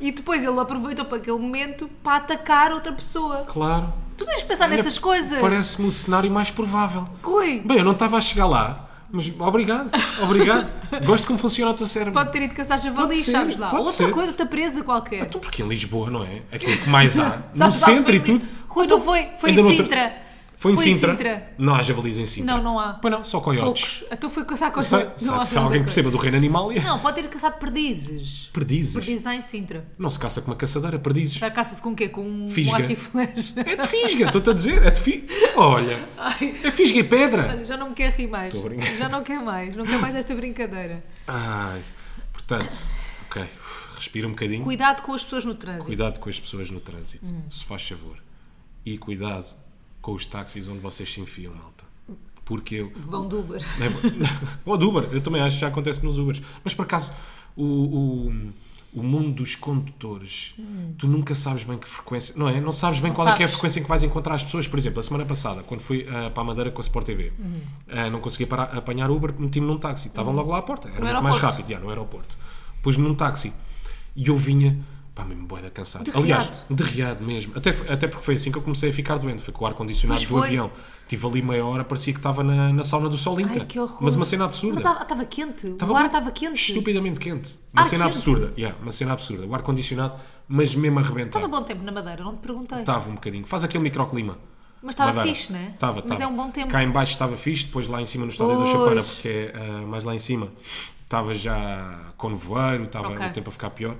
E depois ele aproveitou para aquele momento para atacar outra pessoa.
Claro.
Tu tens que pensar nessas coisas.
Parece-me o cenário mais provável.
Rui,
Bem, eu não estava a chegar lá, mas obrigado, obrigado. Gosto de como funciona o teu cérebro.
pode ter ido caçar
Pode
javalis,
ser,
sabes lá.
pode
Outra
ser.
coisa, outra presa qualquer.
Então, porque em Lisboa, não é? Aquilo que mais há, no
Sabes lá se
centro
foi
e
em
tudo. Então,
Li- Rui, não foi, foi
Ainda
em
não-
Sintra.
Foi em
Foi em
Sintra.
Sintra.
Não há javalis em Sintra.
Não, não há.
Pois não, só coiotes.
Poucos. Então foi caçar com
Não sei, se, se alguém perceba do reino animal, é.
Não, pode ter caçado perdizes.
Perdizes.
Perdizes há em Sintra.
Não se caça com uma caçadeira, perdizes.
Já caça-se com o quê? Com um, um
Fisga.
arco e flecha.
É de fisga, estou-te a dizer. É de fisga. Olha,
Ai,
é fisga e pedra.
Olha, já não me quer rir mais.
Estou a brincar.
Já não quer mais. Não quer mais esta brincadeira.
Ai, portanto, ok, respira um bocadinho.
Cuidado com as pessoas no trânsito.
Cuidado com as pessoas no trânsito, se faz favor. E cuidado com os táxis onde vocês se enfiam, malta. Porque eu.
Vão do Uber.
Ou do Uber, eu também acho que já acontece nos Ubers. Mas por acaso, o, o, o mundo dos condutores, tu nunca sabes bem que frequência. Não é? Não sabes bem qual é, que é a
Hum. sabes.
frequência em que vais encontrar as pessoas. Por exemplo, a semana passada, quando fui ah, para a Madeira com a Sport TV,
Uhum.
ah, não conseguia parar, apanhar Uber, meti-me num táxi. Estavam logo lá à porta. Era
No
muito mais
aeroporto.
rápido, já, no aeroporto. Pus-me num táxi e eu vinha. Pá, mesmo boeda cansado.
De
Aliás,
riado.
derriado mesmo. Até, f- até porque foi assim que eu comecei a ficar doente. Foi com o ar-condicionado
Pois
do
foi.
avião. Tive ali meia hora, parecia que estava na, na sauna do sol
Ai, que horror.
mas uma cena absurda.
Mas ah, estava quente. o
Estava
ar
muito-
estava quente.
Estupidamente quente. Uma
Ar
cena
quente.
absurda. Yeah, uma cena absurda. O ar-condicionado, mas mesmo
Estava
arrebentado.
bom tempo na Madeira, não te perguntei.
Estava um bocadinho. Faz aquele microclima.
Mas estava
Madeira.
fixe, né?
Estava,
Mas
estava.
é um bom tempo.
Cá em baixo estava fixe, depois lá em cima no estádio
Pois.
da Chapana, porque é ah, mais lá em cima, estava já convoeiro, estava
Ok.
o tempo a ficar pior.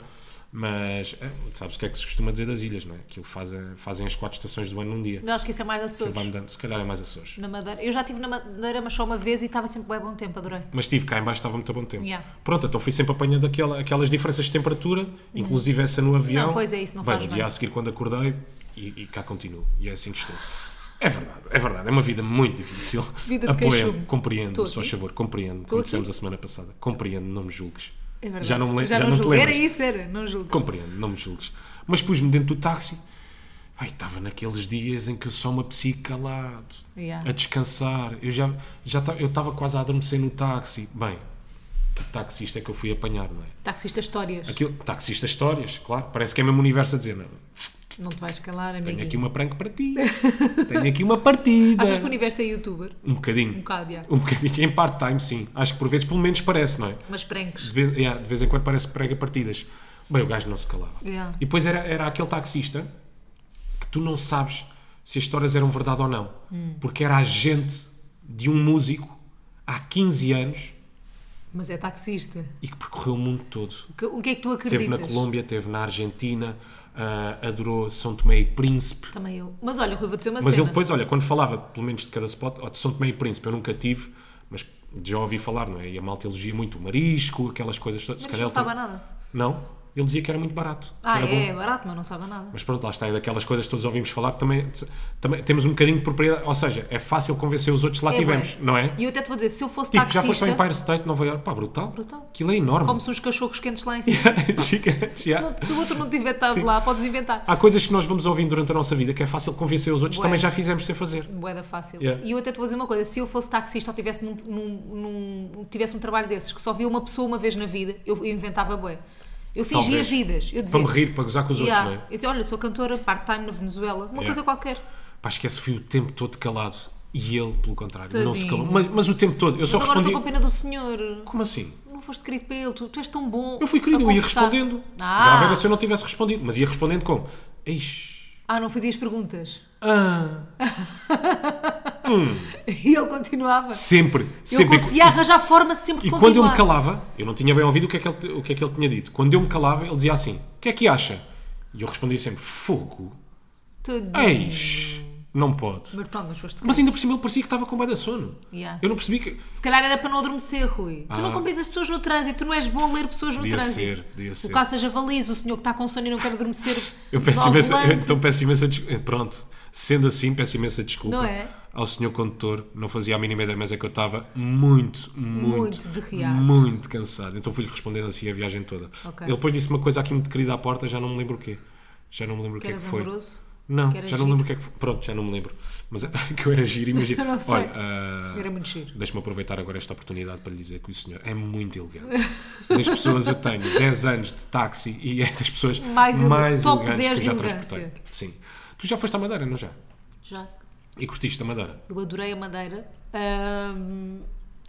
Mas ah, sabes o que é que se costuma dizer das ilhas, não é? Aquilo faz, a- fazem as quatro estações do ano num dia.
Eu acho que isso é mais Açores.
Vai mudando. Se calhar é mais Açores.
Na Madeira. Eu já estive na Madeira, mas só uma vez e estava sempre bem bom tempo, adorei.
Mas tive cá em baixo, estava muito a bom tempo.
Yeah. Uhum.
Pronto, então fui sempre apanhando aquela, aquelas diferenças de temperatura, inclusive essa no avião.
Não, pois é, isso não
Vai
faz
no
bem.
dia a seguir quando acordei e, e cá continuo. E é assim que estou. É verdade, é verdade. É uma vida muito difícil.
Vida de queixume. Tô
compreendo, só
aqui.
favor, compreendo. Como
aqui.
dissemos a semana passada, compreendo, não me julgues.
É verdade.
Já não me lembro.
Já, não,
te
julgo.
lembras.
Era isso, era. Não julgo.
Compreendo, não me julgues. Mas pus-me dentro do táxi. Ai, estava naqueles dias em que eu só me apeteci calado,
Yeah.
a descansar. Eu já, já ta- eu estava quase a adormecer no táxi. Bem, que taxista é que eu fui apanhar, não é?
Taxista histórias.
Aquilo, taxista histórias, claro. Parece que é mesmo o universo a dizer, não,
Não te vais calar,
tenho aqui
amiguinho.
uma pranca para ti. Tenho aqui uma partida.
Achas que o universo é youtuber?
Um bocadinho.
Um bocado, já.
Um bocadinho. Em part-time, sim. Acho que por vezes, pelo menos parece, não é?
Mas pranks.
De vez, yeah, de vez em quando parece que prega partidas. Bem, o gajo não se calava.
Yeah.
E depois era, era aquele taxista que tu não sabes se as histórias eram verdade ou não.
Hum.
Porque era agente de um músico há 15 anos
Mas é taxista.
e que percorreu o mundo todo.
Que- O que é que tu
Teve
acreditas?
na Colômbia, teve na Argentina, ah, adorou São Tomé e Príncipe.
Também eu. Mas olha, Rui, vou dizer uma
Mas ele
cena.
depois, olha, quando falava, pelo menos de cada spot, ó, de São Tomé e Príncipe, eu nunca tive, mas já ouvi falar, não é? E a malta elogia muito o marisco, aquelas coisas todas. Se
Mas
calhar
não
ele tem-
sabe a nada.
Não, ele dizia que era muito barato. que
Ah,
era
é, é
bom.
barato, mas não sabe a nada.
Mas pronto, lá está, é daquelas coisas que todos ouvimos falar, que também, também temos um bocadinho de propriedade, ou seja, é fácil convencer os outros que lá
É,
tivemos,
bué.
não é?
E eu até te vou dizer, se eu fosse
Tipo, já
taxista,
foste ao Empire State, Nova York, pá, brutal.
Brutal.
Aquilo é enorme.
como se os cachorros quentes lá em cima.
Gigantes,
Se,
yeah.
não- se o outro não tiver estado
Sim. Ah.
lá, podes inventar.
Há coisas que nós vamos ouvindo durante a nossa vida que é fácil convencer os outros,
Bué.
também já fizemos sem fazer.
Boeda fácil.
Yeah.
E eu até te vou dizer uma coisa: se eu fosse taxista ou tivesse, num, num- num- tivesse um trabalho desses que só via uma pessoa uma vez na vida, eu, eu inventava boé. Eu fingia
Talvez.
vidas. Eu dizia,
Para me rir, para gozar com os
"Yeah."
outros, não é?
Eu dizia, olha, sou cantora part-time na Venezuela, uma
Yeah.
coisa qualquer.
Pá, esquece, fui o tempo todo calado. E ele, pelo contrário, não se
Tadinho.
calou. Mas, mas o tempo todo, eu só
Mas agora
respondi.
estou com pena do senhor.
Como assim?
Não foste querido para ele, tu, tu és tão bom.
Eu fui querido,
a
eu ia
conversar."
respondendo.
Ah.
Grave era se eu não tivesse respondido, mas ia respondendo como? Ixi.
Ah, não fazias perguntas.
Ah.
E ele continuava.
Sempre,
Eu
sempre.
conseguia arranjar forma sempre de
E quando eu
continuar.
me calava, eu não tinha bem ouvido o que, é que ele, o que é que ele tinha dito. Quando eu me calava, ele dizia assim: O que é que acha? E eu respondia sempre: Fogo.
Tadinho.
Eis. Não pode.
Mas pronto, mas foste
Mas ainda por cima ele parecia que estava com bué de sono.
Yeah.
Eu não percebi que.
Se calhar era para não adormecer, Rui. Tu
Ah.
não compreendes as pessoas no trânsito, tu não és bom a ler pessoas no
Podia
trânsito.
ser, podia ser.
O caso seja valise, o senhor que está com sono e não quer adormecer.
Eu peço
ao
imensa, eu,
volante.
então peço imensa desculpa. Pronto, sendo assim, peço imensa desculpa
Não é?
ao senhor condutor. Não fazia a mínima ideia, mas é que eu estava muito, muito,
Muito derreado.
muito cansado. Então fui-lhe respondendo assim a viagem toda.
Ok.
Ele depois disse uma coisa aqui muito querida à porta, já não me lembro o quê. Já não me lembro o
Que
que é que
eras
foi.
amoroso.
Não,
que eras
já não me lembro o que é que foi. Pronto, já não me lembro. Mas é que eu era giro, imagina.
Eu não sei.
Olha, ah,
O senhor é muito giro.
Deixa-me aproveitar agora esta oportunidade para lhe dizer que o senhor é muito elegante. Das pessoas eu tenho 10 anos de táxi e é das pessoas
Mais
mais,
ele- top
elegantes
10
que eu já
de
transportei.
elegância.
Sim. Tu já foste à Madeira, não já?
Já.
E curtiste a Madeira?
Eu adorei a Madeira. Ahm,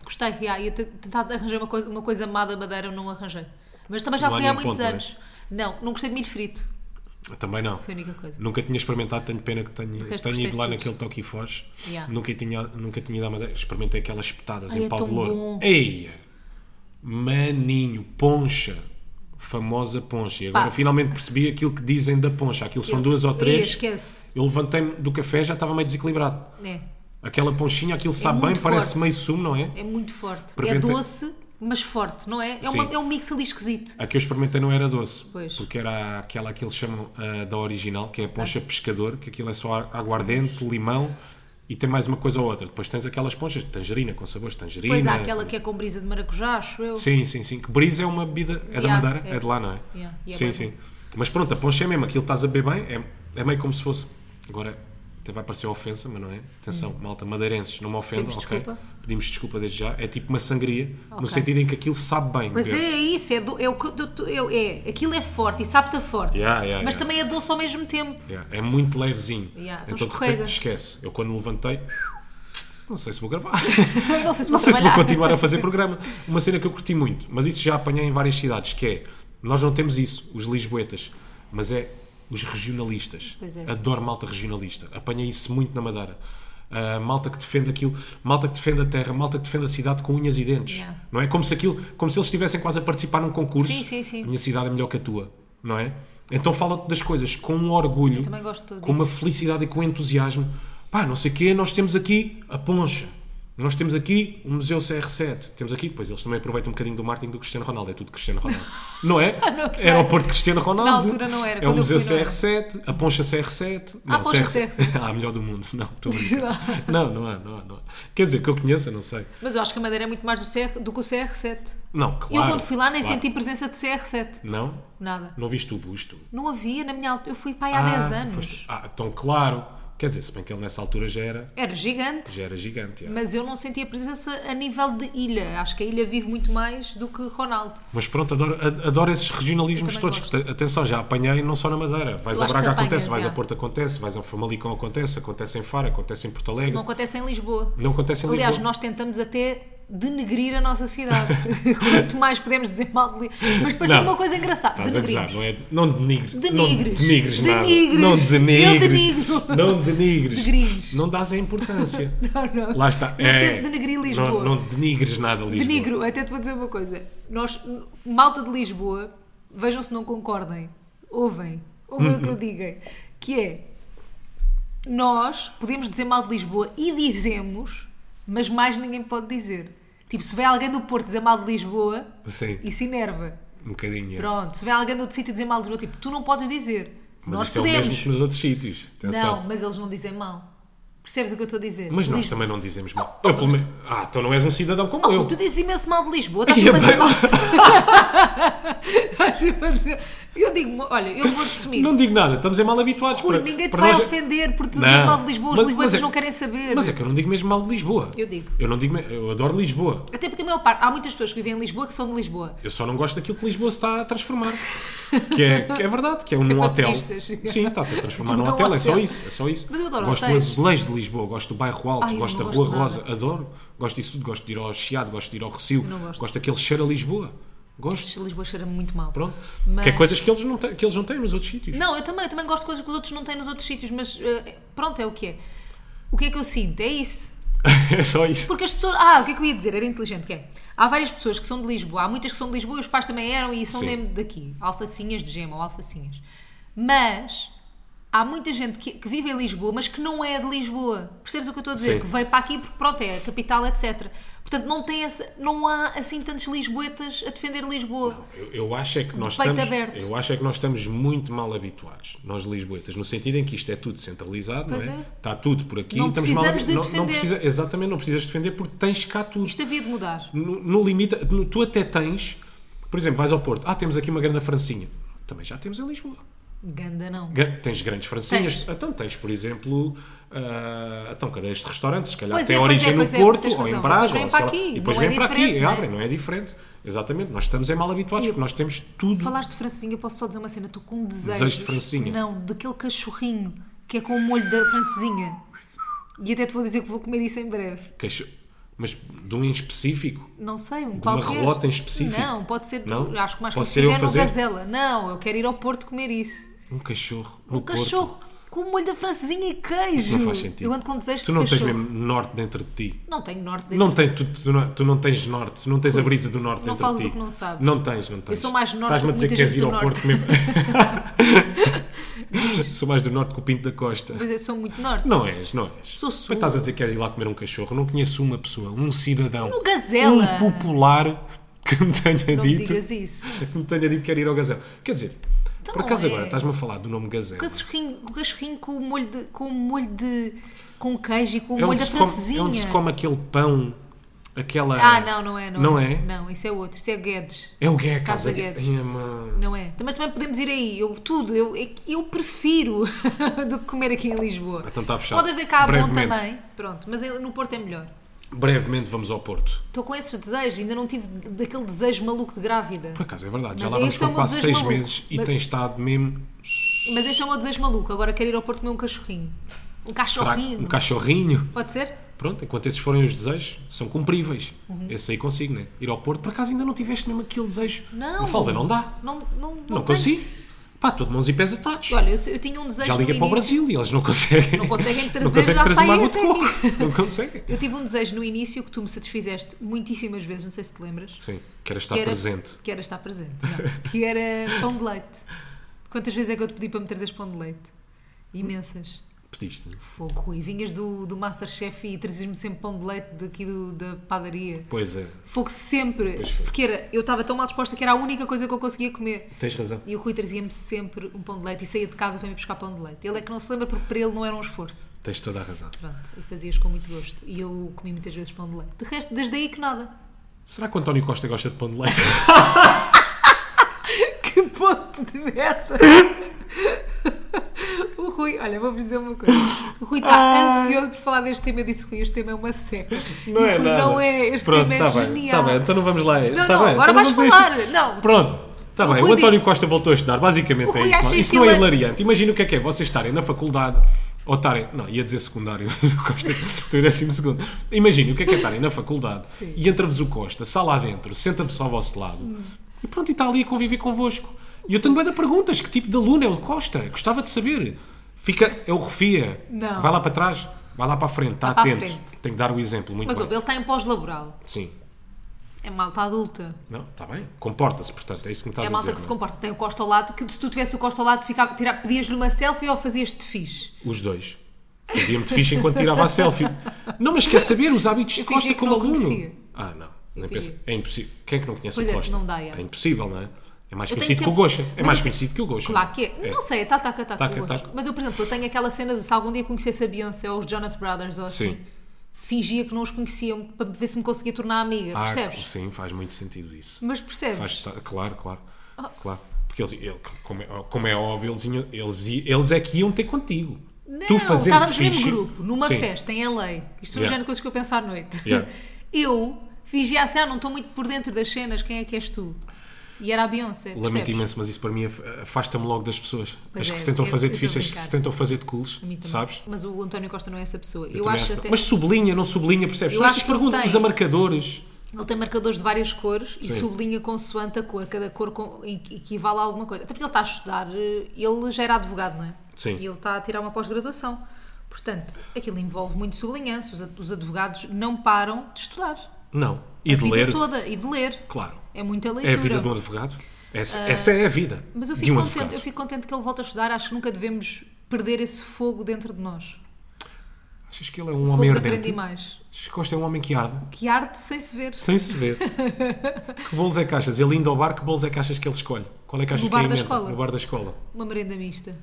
gostei. Yeah, ia te- tentar arranjar uma coisa, uma coisa amada a Madeira, não arranjei. Mas também já
Não há
fui há
nenhum
muitos
ponto, não é?
anos. Não, não gostei de milho frito.
Eu também não.
Foi a única coisa.
Nunca tinha experimentado, tenho pena que tenha,
resto,
tenha
gostei
ido lá
de
naquele Toque e Foz.
Yeah.
Nunca, tinha, nunca tinha ido à Madeira. Experimentei aquelas espetadas
Ai,
em
é
pau
tão
de louro.
bom.
Eia! Maninho, poncha. Famosa poncha. E agora
Pá.
finalmente percebi aquilo que dizem da poncha. Aquilo são
Eu-
duas ou
Ih,
três.
É, esquece.
Eu levantei-me do café já estava meio desequilibrado.
É.
Aquela ponchinha, aquilo sabe
muito
bem, parece
forte.
meio sumo, não é?
É muito forte.
Preventa-
É doce, mas forte, não é? É, uma-
Sim.
é um mix ali esquisito.
A que eu experimentei não era doce,
Pois.
porque era aquela que eles chamam ah, da original, que é a poncha pescador, que aquilo é só a- aguardente, limão e tem mais uma coisa ou outra. Depois tens aquelas ponchas de tangerina, com sabores de tangerina.
Pois há aquela
com-
que é com brisa de maracujá, acho eu.
Sim, sim, sim. Que brisa é uma bebida. É da
Yeah,
Madeira? É.
é.
de lá, não é?
Yeah, e é
sim,
bem
sim.
bom.
Mas pronto, a poncha é mesmo. Aquilo que estás a beber bem é, é meio como se fosse. Agora até vai parecer ofensa, mas não é? Atenção, malta, madeirenses, não me ofendam,
Uhum. Pedimos
ok?
desculpa.
Pedimos desculpa desde já. É tipo uma sangria, no
Ok.
sentido em que aquilo sabe bem.
Pois é,
beber-se.
é isso, é, do- é o que tu- tu- eu- é, aquilo é forte e sabe-te a forte,
Yeah, yeah,
mas
yeah.
também é doce ao mesmo tempo.
Yeah, é muito levezinho.
Yeah, então
então de
escorrega.
repente esquece. Eu quando me levantei, não sei se vou gravar.
Eu não sei se
Não
vou
sei se vou
trabalhar.
continuar a fazer programa. Uma cena que eu curti muito, mas isso já apanhei em várias cidades, que é, nós não temos isso, os lisboetas, mas é os regionalistas.
Pois é.
Adoro malta regionalista. Apanhei isso muito na Madeira. Ah, malta que defende aquilo, malta que defende a terra, malta que defende a cidade com unhas e dentes.
Yeah.
Não é como se aquilo, como se eles estivessem quase a participar num concurso.
Sim, sim, sim.
A minha cidade é melhor que a tua, não é? Então fala-te das coisas com um orgulho,
Eu também gosto
com uma
disso.
felicidade e com entusiasmo. Pá, não sei o quê, nós temos aqui a Poncha, nós temos aqui o Museu CR7, temos aqui, pois eles também aproveitam um bocadinho do marketing do Cristiano Ronaldo, é tudo Cristiano Ronaldo, não é?
Ah, Não sei.
era o Porto Cristiano Ronaldo,
Na altura não era,
é o
quando eu
Museu
fui não era.
CR7, a Poncha CR7,
Ah, Poncha CR7.
ah, a melhor do mundo, não, estou a brincar. não, não há, não há, não há. Quer dizer, que eu conheça, não sei.
Mas eu acho que a Madeira é muito mais do, CR, do que o CR7.
Não,
E
claro.
eu quando fui lá nem
claro.
senti presença de CR7.
Não?
Nada.
Não viste o busto?
Não havia na minha altura. Eu fui para aí há 10
tu
anos.
foste- Ah, então claro. Quer dizer, se bem que ele nessa altura já era,
Era gigante.
já era gigante. já. Mas...
Mas eu não sentia presença a nível de ilha. Acho que a ilha vive muito mais do que Ronaldo.
pronto, adoro, ad- adoro esses regionalismos
Eu também
todos.
gosto.
Te- Atenção, já apanhei não só na Madeira. Vais
Eu
a
acho
Braga
que apanhas,
acontece, vais
já.
a Porto acontece, vais a Famalicão acontece, acontece em Faro, acontece em Porto Alegre.
Não
Não,
acontece em Lisboa.
acontece em
Aliás,
Lisboa.
nós tentamos até denegrir a nossa cidade. Quanto mais podemos dizer mal de Lisboa. Mas depois
Não.
tem uma coisa engraçada.
Estás a gozar,
Denegrimos.
não é? Não denigres.
Denigres.
Não denigres
Denigres. Eu
nada. Não denigres.
denigro.
Não denigres.
Degrines.
Não dás a importância.
Não, não.
Lá está. É,
Eu tento denegrir Lisboa.
Não, não denigres nada Lisboa.
Denigro, até te vou dizer uma coisa. Nós, malta de Lisboa, vejam se não concordem. Ouvem. Ouvem o que eu diga. Que é. Nós podemos dizer mal de Lisboa e dizemos, mas mais ninguém pode dizer. Tipo, se vem alguém do Porto dizer mal de Lisboa,
Sim,
isso enerva.
um bocadinho. é.
Pronto, se vem alguém do outro sítio dizer mal de Lisboa, tipo, tu não podes dizer.
Mas
nós
isso é o
podemos.
mesmo que nos outros sítios. Atenção.
não, mas eles não dizem mal. Percebes o que eu estou a dizer?
Mas nós
Lisboa-
também não dizemos mal. Eu, pelo menos- Ah, então não és um cidadão como eu.
Oh, Tu dizes imenso mal de Lisboa,
E
estás sempre a dizer
bem-
mal. Estás a dizer- Eu digo, olha, eu vou assumir.
Não digo nada, estamos é mal habituados.
Rui,
para-
ninguém te
para
vai
nós é-
ofender porque tu
Não.
dizes mal de Lisboa, os
Mas-
lisboetas
mas é-
não querem saber.
Mas é que eu não digo mesmo mal de Lisboa.
Eu digo.
Eu não digo. me- Eu adoro Lisboa.
Até porque a maior parte, há muitas pessoas que vivem em Lisboa que são de Lisboa.
Eu só não gosto daquilo que Lisboa se está a transformar. que, é, que é verdade, que é um num hotel.
turistas.
Sim, está-se a transformar num
Num
hotel, é só
um hotel.
isso. É só isso.
Mas eu adoro
gosto
hotéis.
do azulejo de Lisboa, gosto do bairro alto,
Ai, eu
gosto da
não
Rua
gosto de
Rosa,
nada.
adoro. Gosto disso tudo, gosto de ir ao Chiado, gosto de ir ao Recio,
não gosto.
daquele cheiro a Lisboa. Gosto.
Lisboa cheira muito mal.
Pronto.
Mas-
Que é coisas que eles não têm, que eles não têm nos outros sítios.
Não, eu também, eu também gosto de coisas que os outros não têm nos outros sítios, mas eh, pronto, é o que é. O que é que eu sinto? É isso.
é só isso.
Porque as pessoas. Ah, o que é que eu ia dizer? Era inteligente, que é. Há várias pessoas que são de Lisboa, há muitas que são de Lisboa e os pais também eram e são
Sim.
mesmo daqui. Alfacinhas de gema ou alfacinhas. Mas há muita gente que, que vive em Lisboa, mas que não é de Lisboa. Percebes o que eu estou a dizer?
Sim.
Que veio para aqui porque, pronto, é a capital, etc. Portanto, não, tem essa- não há assim tantos lisboetas a defender Lisboa.
Eu, eu acho é que nós
peito
estamos,
aberto.
eu acho é que nós estamos muito mal habituados, nós lisboetas, no sentido em que isto é tudo centralizado,
Pois
não é?
é.
Está tudo por aqui,
Não
estamos mal
precisamos de
habi- não- não
defender.
precisa- exatamente, não precisas defender porque tens cá tudo.
Isto havia de mudar.
No, no limite, no- tu até tens, por exemplo, vais ao Porto, ah, temos aqui uma grande francinha. Também já temos em Lisboa.
Ganda não.
Gra- Tens grandes francinhas.
Tens.
Então tens, por exemplo, ah, então cadeias de restaurantes, se calhar
Pois
têm
é, pois
origem
é, pois
no
é,
Porto
tens
ou em
razão.
Brás.
Depois vem
ou
para
sei lá,
aqui,
e depois
não é
vem para aqui,
diferente, não é?
abrem, não é diferente. Exatamente, nós estamos é mal habituados
Eu-
porque nós temos tudo.
Falaste de francinha, posso só dizer uma cena? Estou com um desejo.
Desejo de francesinha.
Não, daquele cachorrinho que é com o molho da francesinha. E até te vou dizer que vou comer isso em breve.
Queixo- Mas de um em específico?
Não sei, um
uma
qualquer.
relota em específico?
Não, pode ser.
Não?
Acho que o mais
Pode ser
conhecido
eu
é no
fazer?
Gazela. Não, eu quero ir ao Porto comer isso.
Um cachorro no
um cachorro com o molho da francesinha e queijo.
Isso não faz sentido.
Eu ando com desejo
Tu
de
não tens
cachorro.
mesmo norte dentro de ti.
Não tenho norte dentro.
Não tem, tu, tu não, tu não tens norte, tu não tens a brisa do norte
não
dentro
falas
de ti.
o que não sabes.
Não tens, não tens.
sou mais norte
Estás-me a
do que
dizer que
muita
queres ir
gente
ao
do
Porto mesmo. sou mais do norte que o Pinto da Costa.
Pois eu sou muito norte.
Não és, não és.
Sou
Mas
sul.
estás a dizer que queres ir lá comer um cachorro. Não conheço uma pessoa, um cidadão,
No Gazela.
um popular que me tenha
Não me
dito
digas isso.
que me tenha dito que quer ir ao Gazela. Quer dizer,
Então
por acaso
é.
agora estás-me a falar do nome Gazela.
O cachorrinho, o cachorrinho com o molho de. com o molho de. com queijo e com o
É
molho
onde,
da
se come,
francesinha.
é onde se come aquele pão, aquela.
Ah, não, não é, não, é.
é?
Não, isso é outro, isso é Guedes.
É o que é a
Casa
casa.
Guedes.
Ai, ama.
Não é? Mas também podemos ir aí, eu, tudo, eu, é eu prefiro do que comer aqui em Lisboa.
Então está fechado.
Pode haver cá a bom
Brevemente.
também, pronto, mas no Porto é melhor.
Brevemente vamos ao Porto.
Estou com esses desejos, ainda não tive daquele desejo maluco de grávida.
Por acaso é verdade, já
Mas
lá
é
vamos
este é
com
o
quase
meu
seis
desejo maluco.
meses e
Mas-
tem estado mesmo
Mas este é o meu desejo maluco, agora quero ir ao Porto comer um cachorrinho. Um
fraco,
cachorrinho.
um cachorrinho.
Pode ser?
Pronto, enquanto esses forem os desejos, são cumpríveis.
Uhum.
Esse aí consigo, né? Ir ao Porto, por acaso ainda não tiveste mesmo aquele desejo.
Não.
falda, não dá.
Não, não, não,
Não,
tenho.
consigo. Pá, tudo mãos e pés atados.
Olha, eu, eu tinha um desejo
Já
no
liguei para o
início-
Brasil e eles não conseguem.
Não conseguem trazer,
não conseguem
já
trazer
saí
uma água de
até
coco.
aqui.
Não conseguem.
Eu tive um desejo no início que tu me satisfizeste muitíssimas vezes, não sei se te lembras.
Sim, quero estar
que era-
presente.
Que era estar presente. não. que era pão de leite. Quantas vezes é que eu te pedi para me trazeres pão de leite? Imensas.
Pediste.
Fogo, Rui. Vinhas do, do Masterchef e trazias-me sempre pão de leite daqui do- da padaria.
Pois é,
Fogo sempre.
Pois foi.
Porque era, eu estava tão mal disposta que era a única coisa que eu conseguia comer.
tens razão.
E o Rui trazia-me sempre um pão de leite e saía de casa para me buscar pão de leite. Ele é que não se lembra porque para ele não era um esforço.
Tens toda a razão.
Pronto, e fazias com muito gosto. E eu comi muitas vezes pão de leite. De resto, desde aí que nada.
Será que o António Costa gosta de pão de leite?
Que ponto de merda! O Rui, olha, vou-vos dizer uma coisa. O Rui está ansioso por falar deste tema. Eu disse, Rui, este tema é uma seca. e o Rui não é, este
Pronto,
tema é
tá bem,
genial.
tá bem, então não vamos lá.
Não,
tá
não, agora
bem, então
vais
vamos a
falar, não.
Pronto. Está
O
bem,
Rui
o
diz-
António Costa voltou a estudar, basicamente
O
é
Rui
isso.
acha
não é?
isso
Isso não é
hilariante.
hilariante. Imagina o que é que é vocês estarem na faculdade Ou estarem, não, ia dizer secundário, o Costa, estou em décimo segundo. Imaginem o que é que é estarem na faculdade
Sim. Hum.
e entra-vos o Costa, sai lá dentro, senta-vos só ao vosso lado e pronto, e está ali a conviver convosco. E eu tenho bem de perguntas: que tipo de aluno é o Costa? Gostava de saber. Fica, é o Refia.
Não.
Vai lá para trás, vai lá para a frente, está
Vai para a
atento.
frente.
Tenho que dar o exemplo, muito
Mas
bem.
ouve, ele está em pós-laboral.
Sim,
É malta adulta.
não, está bem. Comporta-se, portanto, é isso que me estás
é
a
malta
dizer.
que se
não é?
comporta. Tem o Costa ao lado, que se tu tivesse o Costa ao lado, ficava, tirar, pedias-lhe uma selfie ou fazias-te fixe.
é? Os dois. Fazia-me de ficha enquanto tirava a selfie. Não, mas quer saber os hábitos de
fingia
Costa
que
como
não
aluno?
conhecia.
Ah, não. Nem
fingia.
pensa. É impossível. Quem é que não conhece
Pois
o
é,
Costa?
não dá, é.
impossível, não é? É mais
Eu tenho
conhecido que o
sempre-
Gocha. É
Mas
mais
eu-
conhecido que o Gocha.
Claro que é. Não sei, é taca, taca, taca,
Taca,
eu gosto.
taca.
Mas eu, por exemplo, eu tenho aquela cena de se algum dia conhecesse a Beyoncé ou os Jonas Brothers ou assim,
Sim.
fingia que não os conhecia para ver se me conseguia tornar amiga,
Ah,
percebes?
sim, faz muito sentido isso.
Mas Oh. percebes?
Faz, tá- claro, claro. Claro. Porque eles, ele- como, é, como é óbvio, eles, iam- eles, i- eles é que iam ter contigo.
Não,
tu fazendo
estávamos
de
no mesmo
ficha-
grupo, numa
Sim.
festa, em LA. Isto são
Yeah.
o género de coisas que eu penso à noite.
Yeah.
Eu fingia assim, ah, não estou muito por dentro das cenas, quem é que és tu? E era a Beyoncé.
Lamento
percebes?
imenso, mas isso para mim af- afasta-me logo das pessoas.
Pois
as que
é,
se tentam
eu-
fazer
eu
de
estou a
fichas, que se
brincar.
tentam fazer de cools,
A mim também.
sabes?
Mas o António Costa não é essa pessoa. Eu,
Também
acho
acho.
até.
Mas sublinha, não sublinha, percebes?
Eu
São
acho
estas
que ele
perguntas,
tem.
os amarcadores.
Ele tem marcadores de várias cores e
Sim.
sublinha consoante a cor, cada cor co- em- equivale a alguma coisa. Até porque ele está a estudar, eh, ele já era advogado, não é?
Sim.
E ele está a tirar uma pós-graduação. Portanto, aquilo envolve muito sublinhança. Os ad- Os advogados não param de estudar.
Não. E
a
de
vida
ler.
toda e de ler.
Claro.
É muita
É
leitura. Ah,
a vida de um advogado. Essa, essa é a vida
Mas eu
de
fico,
um
contente,
advogado.
eu fico contente que ele volte a estudar. Acho que nunca devemos perder esse fogo dentro de nós.
Achas que ele é um
fogo
homem
de aprendi
ardente?
mais.
Achas que Costa é um homem que arde?
Que arte sem se ver.
Sem se ver. que bolos é caixas? Ele indo ao bar, que bolos é caixas que ele escolhe? Qual é que achas
No
que
bar
é
da
a emenda?
escola.
No bar da escola.
Uma merenda mista.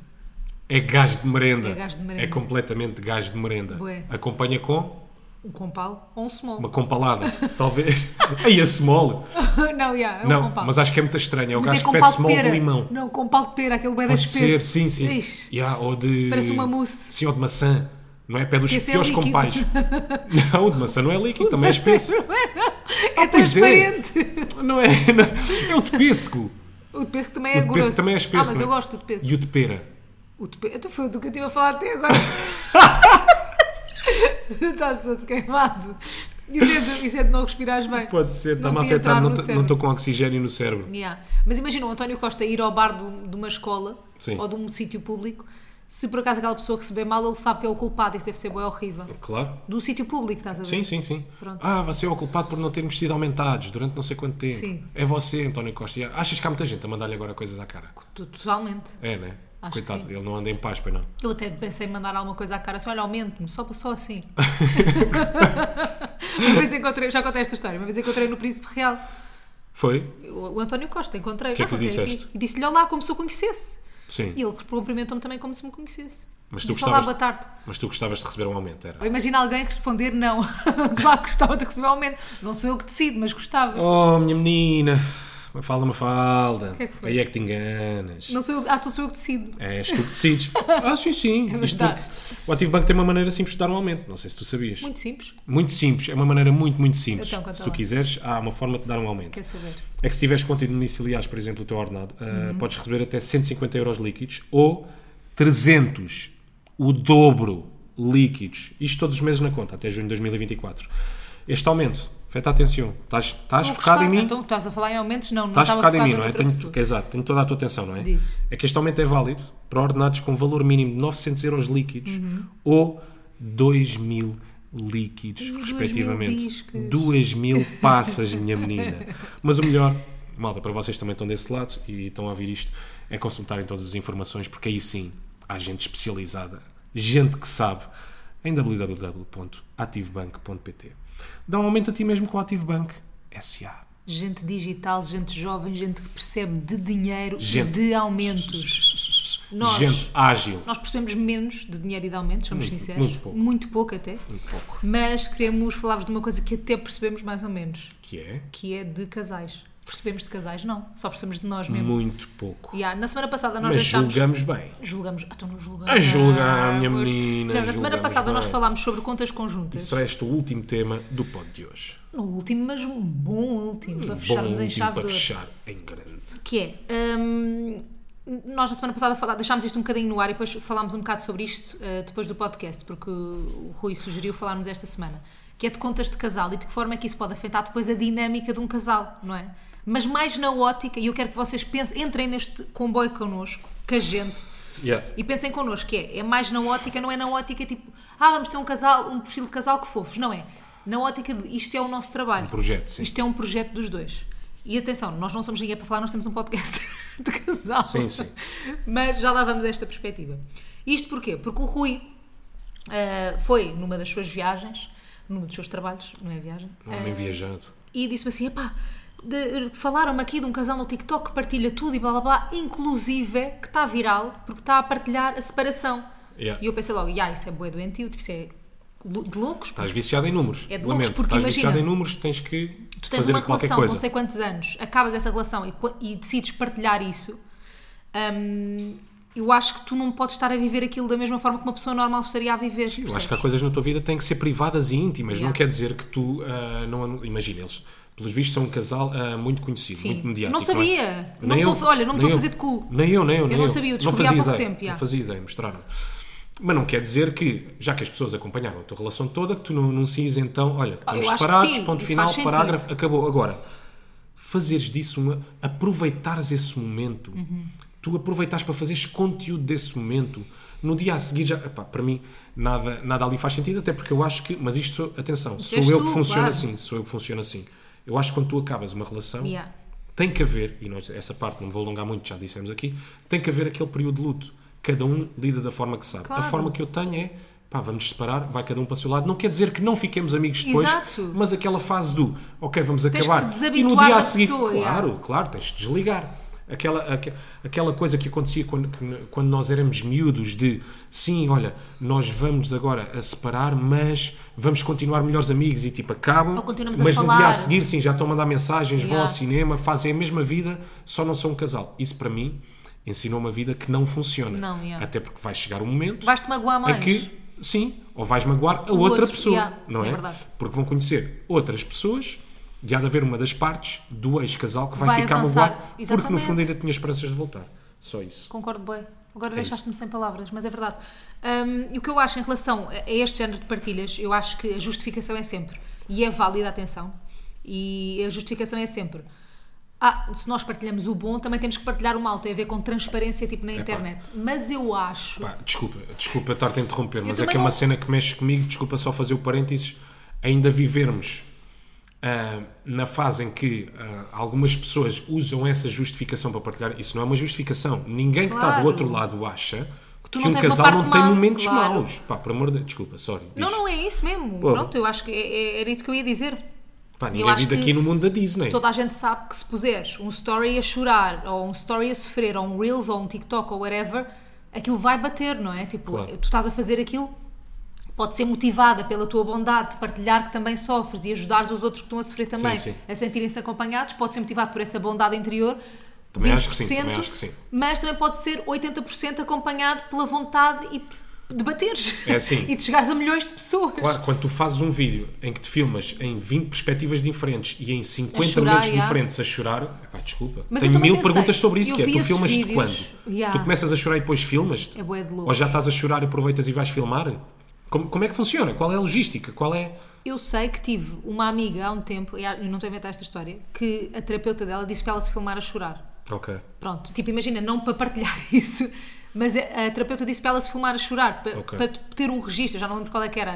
É gás de merenda.
É gás de merenda.
É completamente gás de merenda.
Bué.
Acompanha com
Um compal ou um small.
uma compalada. Talvez. Aí a small.
não, yeah, é um
não,
compal.
mas acho que é muito estranho. É o
Mas
gajo
é
que
com
pede
pau de
small
pera.
de limão.
Não, com pau de pera, aquele bem
Pode ser,
espesso.
sim, sim.
Ixi,
Ya, ou de...
Parece uma mousse.
Sim, ou de maçã. Não é? Pede os
Que esse é
piores
líquido.
compais. Não, o de maçã não é líquido, também é espesso.
É
pois é.
transparente.
Não é? não. É o de pêssego.
O de pesco também é
o de
grosso.
pêssego também é espesso.
Ah, mas
não é?
eu gosto do de pesco.
E o de pera.
O de pesco. então Foi do que eu estive a falar até agora. Estás todo queimado. Isso é, de, isso é de não respirares bem.
Pode ser,
Não
está-me a
te entrar
afetar.
no
Não t- não
cérebro.
estou com oxigênio no cérebro.
Yeah. Mas imagina o António Costa ir ao bar de, de uma escola
Sim.
ou de um sítio público. Se por acaso aquela pessoa receber mal, ele sabe que é o culpado. Isso deve ser bem horrível.
Claro.
Do sítio público, estás a ver?
Sim, sim, sim.
Pronto.
Ah, você é o culpado por não termos sido aumentados durante não sei quanto tempo.
Sim.
É você, António Costa. Ya, Achas que há muita gente a mandar-lhe agora coisas à cara?
Tu- Totalmente.
É, né?
Acho que
Coitado,
sim.
ele não anda em paz, pois não.
Eu até pensei em mandar alguma coisa à cara assim, olha, aumente-me, só, só assim. uma vez encontrei, já contei esta história, uma vez encontrei no Príncipe Real
Foi?
o, o António Costa, encontrei,
Que
já
é que
contei
disseste?
aqui, e disse-lhe olá, como se eu conhecesse.
Sim.
E ele cumprimentou-me também como se me conhecesse.
Mas tu
disse
gostavas-
olá, boa tarde.
Mas tu gostavas de receber um aumento, era?
Imagina alguém responder não. claro que gostava de receber um aumento. Não sou eu que decido, mas gostava.
Oh, minha menina, uma falda, uma falda.
que é que foi?
Aí é que te enganas.
Não sou eu, ah, tu sou eu que decido.
É, és tu que decides. ah, sim, sim.
É
Isto
verdade.
porque O Ativo Banco tem uma maneira simples de dar um aumento. Não sei se tu sabias. Muito,
Muito simples,
simples. É uma maneira muito, muito simples.
Então, conta
se tu
lá.
quiseres, há uma forma de dar um aumento.
quer saber?
É que se tiveres contido domiciliares, por exemplo, o teu ordenado, ah, podes receber até 150 euros líquidos ou 300, o dobro líquidos. Isto todos os meses na conta, até junho de 2024. Este aumento, feta atenção, estás, estás
Vou
focado
gostar.
em mim?
Então estás a falar em aumentos? Não, não
Estás
estava
focado em mim, não
focada
é?
noutra
Tenho,
pessoa.
exato, tenho toda a tua atenção, não é?
Diz.
É que este aumento é válido para ordenados com valor mínimo de 900 euros líquidos
Uhum.
ou 2 mil líquidos,
Ih, 2.000
respectivamente.
biscos.
2 mil passas, minha menina. Mas o melhor, malta, para vocês que também estão desse lado e estão a ouvir isto, é consultarem todas as informações, porque aí sim há gente especializada, gente que sabe, em www.ativebank.pt. Dá um aumento a ti mesmo com o AtiveBank S.A.
Gente digital, gente jovem, gente que percebe de dinheiro
Gente.
e de aumentos. Nós.
Gente ágil.
Nós percebemos menos de dinheiro e de aumentos, somos
Muito,
sinceros.
muito pouco.
pouco até.
Pouco.
Mas queremos falar-vos de uma coisa que até percebemos mais ou menos,
Que é
que é de casais. Percebemos de casais? Não. Só percebemos de nós mesmos.
muito pouco.
E há- na semana passada nós
Mas
deixámos...
julgamos bem.
Julgamos. Ah, então não julgamos.
Ah, julga, minha menina,
Não, na semana
julgamos
passada nós
bem.
falámos sobre contas conjuntas.
Será este o último tema do pod de hoje. Um
No último, mas um bom último, para
Bom
fecharmos em
último
chave
para
de ouro.
fechar em grande.
que é hum, Nós na semana passada fala- deixámos isto um bocadinho no ar e depois falámos um bocado sobre isto eh, depois do podcast, porque o Rui sugeriu falarmos esta semana, que é de contas de casal e de que forma é que isso pode afetar depois a dinâmica de um casal, não é? Mas mais na ótica, e eu quero que vocês pensem, entrem neste comboio connosco, que a gente,
Yeah.
e pensem connosco, que é, é mais na ótica, não é na ótica tipo, ah, vamos ter um casal, um perfil de casal que fofos, não é? Na ótica de isto é o nosso trabalho.
Um projeto, sim.
Isto é um projeto dos dois. E atenção, nós não somos ninguém para falar, nós temos um podcast de casal.
Sim, sim.
Mas já lá vamos a esta perspectiva. Isto porquê? Porque o Rui ah, foi numa das suas viagens, num dos seus trabalhos, não é viagem?
Um homem viajado.
e disse-me assim: epá, de- falaram-me aqui de um casal no TikTok que partilha tudo e blá blá blá, inclusive que está viral porque está a partilhar a separação.
Yeah.
E eu pensei logo: "Ya, isso é bué doentio, tipo, isso é lou- de loucos.
Estás viciado em números.
É de loucos,
Lamento.
porque
Estás
imagina-
viciado em números, tens que
tu tens
fazer
uma
qualquer
relação
coisa.
com não sei quantos anos, acabas essa relação e, qua- e decides partilhar isso, hum, eu acho que tu não podes estar a viver aquilo da mesma forma que uma pessoa normal estaria a viver.
Eu acho
percebes?
que há coisas na tua vida que têm que ser privadas e íntimas.
Yeah.
Não quer dizer que tu ah, não. Imagina, eles, pelos vistos, são um casal ah, muito conhecido,
Sim.
muito mediático.
Não sabia.
é?
Não
Nem
estou-
eu,
olha, não me estou
nem
a
eu.
fazer de cu.
Nem eu, nem eu. nem
não sabia, eu descobri há
fazia
pouco
ideia,
tempo, yeah.
Não fazia ideia, mostraram. Mas não quer dizer que, já que as pessoas acompanharam a tua relação toda, que tu não anuncies então, olha,
Ah, eu
estamos
acho que
separados,
sim,
ponto
isso
final,
faz sentido.
parágrafo, acabou. Agora, fazeres disso, uma, aproveitares esse momento, tu aproveitares para fazeres conteúdo desse momento, no dia a seguir já, epá, para mim, nada, nada ali faz sentido, até porque eu acho que, mas isto, sou- atenção, sou
és
eu
tu,
que funciona
claro.
assim, sou eu que funciona assim. Eu acho que quando tu acabas uma relação,
Yeah.
tem que haver, e nós, essa parte não me vou alongar muito, já dissemos aqui, tem que haver aquele período de luto. Cada um lida da forma que sabe.
Claro.
A forma que eu tenho é, pá, vamos separar, vai cada um para o seu lado. Não quer dizer que não fiquemos amigos depois,
Exato.
mas aquela fase do, ok, vamos
que
acabar.
te
e no
desabituar
dia
da
a seguir,
pessoa,
claro,
yeah.
Claro, claro, tens de desligar. Aquela, aque- aquela coisa que acontecia quando, que- quando nós éramos miúdos de sim, olha, nós vamos agora a separar, mas vamos continuar melhores amigos e tipo acabam,
Ou continuamos a
mas no dia
falar.
a seguir sim, já estão a mandar mensagens, vão
Yeah.
ao cinema, fazem a mesma vida, só não são um casal. Isso para mim ensinou uma vida que não funciona.
Não, yeah.
Até porque vai chegar um momento
Vais-te magoar mais.
é que, sim, ou vais magoar a
O
outra
outro,
pessoa,
yeah,
não
é
é?
verdade.
Porque vão conhecer outras pessoas e há de haver uma das partes do ex-casal que vai,
Vai
ficar
avançar.
magoado porque no
Exatamente.
fundo ainda tinha esperanças de voltar. Só isso.
Concordo bem. Agora
É
deixaste-me sem palavras, mas é verdade. Hum, e o que eu acho em relação a a este género de partilhas, eu acho que a justificação é sempre, e é válida, atenção, e a justificação é sempre. Ah, se nós partilhamos o bom, também temos que partilhar o mal, tem a ver com transparência, tipo na internet. Mas eu acho.
Pá, desculpa, desculpa estar-te a interromper, mas é
também
que é uma
não-
cena que mexe comigo, desculpa só fazer o parênteses, ainda vivermos ah, na fase em que ah, algumas pessoas usam essa justificação para partilhar, isso não é uma justificação. Ninguém que está
Claro.
do outro lado acha que,
tu não
um
tens uma
casal
parte
não tem
má,
momentos
claro.
maus. Pá, por amor de desculpa, sorry.
Não,
diz.
não é isso mesmo.
Pô.
Pronto, eu acho que é- é- era isso que eu ia dizer.
Pá,
Eu
ninguém
acho
vive
que
aqui no mundo da Disney.
Toda a gente sabe que se puseres um story a chorar, ou um story a sofrer, ou um Reels, ou um TikTok, ou whatever, aquilo vai bater, não é? Tipo,
Claro.
tu estás a fazer aquilo, pode ser motivada pela tua bondade de partilhar que também sofres e ajudares os outros que estão a sofrer também
Sim, sim.
a sentirem-se acompanhados, pode ser motivado por essa bondade interior.
Também acho que sim, também
20%,
acho que sim.
Mas também pode ser 80% acompanhado pela vontade e de bateres
É assim.
e de chegares a milhões de pessoas.
Claro, quando tu fazes um vídeo em que te filmas em 20 perspectivas diferentes e em 50
A chorar,
momentos
yeah.
diferentes a chorar, pá, desculpa.
Mas eu
Tenho
também
mil
pensei,
perguntas sobre isso,
eu
que é,
vi
tu
esses
filmas
vídeos,
quando?
yeah.
Tu começas a chorar e depois filmas?
É bué de louco.
Ou já estás a chorar, aproveitas e vais filmar? Como, como é que funciona? Qual é a logística? Qual é...
Eu sei que tive uma amiga há um tempo, e há- eu não estou a inventar esta história, que a terapeuta dela disse para ela se filmar a chorar.
Ok.
Pronto, tipo, imagina, não para partilhar isso, mas a a terapeuta disse para ela se filmar a chorar, pa-
Ok.
para, ter um registro, eu já não lembro qual é que era. a-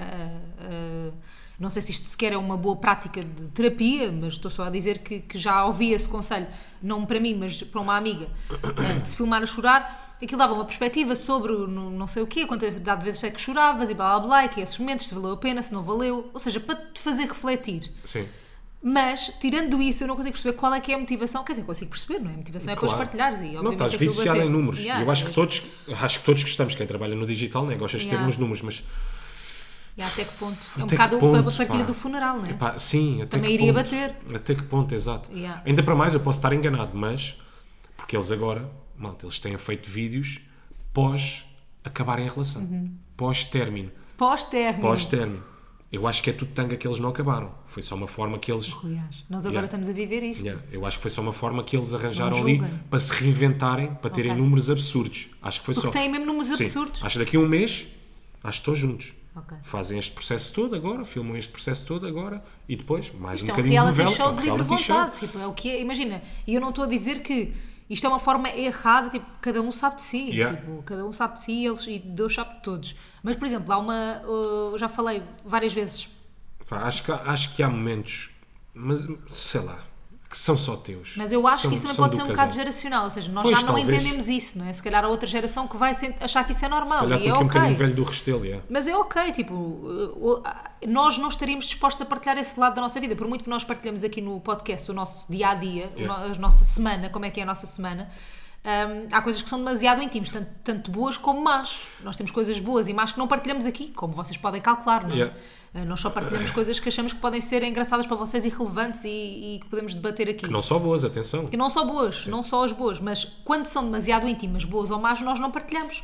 a- não sei se isto sequer é uma boa prática de terapia, mas estou só a dizer que, que já ouvi esse conselho, não para mim, mas para uma amiga, eh, de se filmar a chorar. Aquilo dava uma perspectiva sobre o no- não sei o quê, quantidade de vezes é que choravas e blá blá blá, e que esses momentos, se valeu a pena, se não valeu. Ou seja, para te fazer refletir.
Sim.
Mas, tirando isso, eu não consigo perceber qual é que é a motivação. Quer dizer, consigo perceber, não é? A motivação é para os
Claro.
partilhares e, obviamente,
Não, estás
aquilo
viciado
bater.
em números.
Yeah,
eu acho que
mas-
todos, acho que todos gostamos, quem trabalha no digital, né? gostas de
Yeah.
ter uns números, mas
yeah, até que ponto? É um
Até que
bocado
ponto,
a partilha
pá.
do funeral, não é?
Epá, sim, até
Também
que
iria
ponto,
bater.
Até que ponto, exato.
Yeah.
Ainda para mais, eu posso estar enganado, mas porque eles agora, malta, eles têm feito vídeos
Uhum.
pós acabarem a relação, pós-término,
Pós-término.
pós-término. Eu acho que é tudo tanga que eles não acabaram. Foi só uma forma que eles.
Aliás, nós agora
Yeah.
estamos a viver isto.
Yeah, eu acho que foi só uma forma que eles arranjaram
Não
ali
julguem.
para se reinventarem, para terem
Ok.
números absurdos. Acho que foi
Porque
só.
têm mesmo números
Sim.
absurdos.
Acho que daqui a um mês, acho que um estão juntos.
Ok.
Fazem este processo todo agora, filmam este processo todo agora e depois mais
Isto
um
é um
bocadinho de
reality
novela.
show
um
de livre
reality show.
vontade. Tipo, é o que é. Imagina, e eu não estou a dizer que isto é uma forma errada, tipo, cada um sabe de si.
Yeah.
Tipo, cada um sabe de si e, eles, e Deus sabe de todos. Mas, por exemplo, há uma. uh, eu já falei várias vezes.
Pá, acho, que, há- acho que há momentos, mas sei lá, que são só teus.
Mas eu acho
São-
que isso também
são
pode
do
ser um
casal.
bocado geracional. Ou seja, nós
Pois,
já não
talvez.
entendemos isso, não é? Se calhar há outra geração que vai sen- achar que isso é
Se
normal.
calhar
e é
porque é um
ok.
bocadinho velho do Restelo, yeah.
Mas é ok, tipo, uh, uh, nós não estaríamos dispostos a partilhar esse lado da nossa vida, por muito que nós partilhamos aqui no podcast o nosso dia a dia,
Yeah.
a nossa semana, como é que é a nossa semana. um, há coisas que são demasiado íntimas, tanto, tanto boas como más. Nós temos coisas boas e más que não partilhamos aqui, como vocês podem calcular, não é?
Yeah.
Uh, Nós só partilhamos coisas que achamos que podem ser engraçadas para vocês e relevantes e, e que podemos debater aqui.
Não só boas, atenção.
E não só boas, não só as boas, mas quando são demasiado íntimas, boas ou más, nós não partilhamos.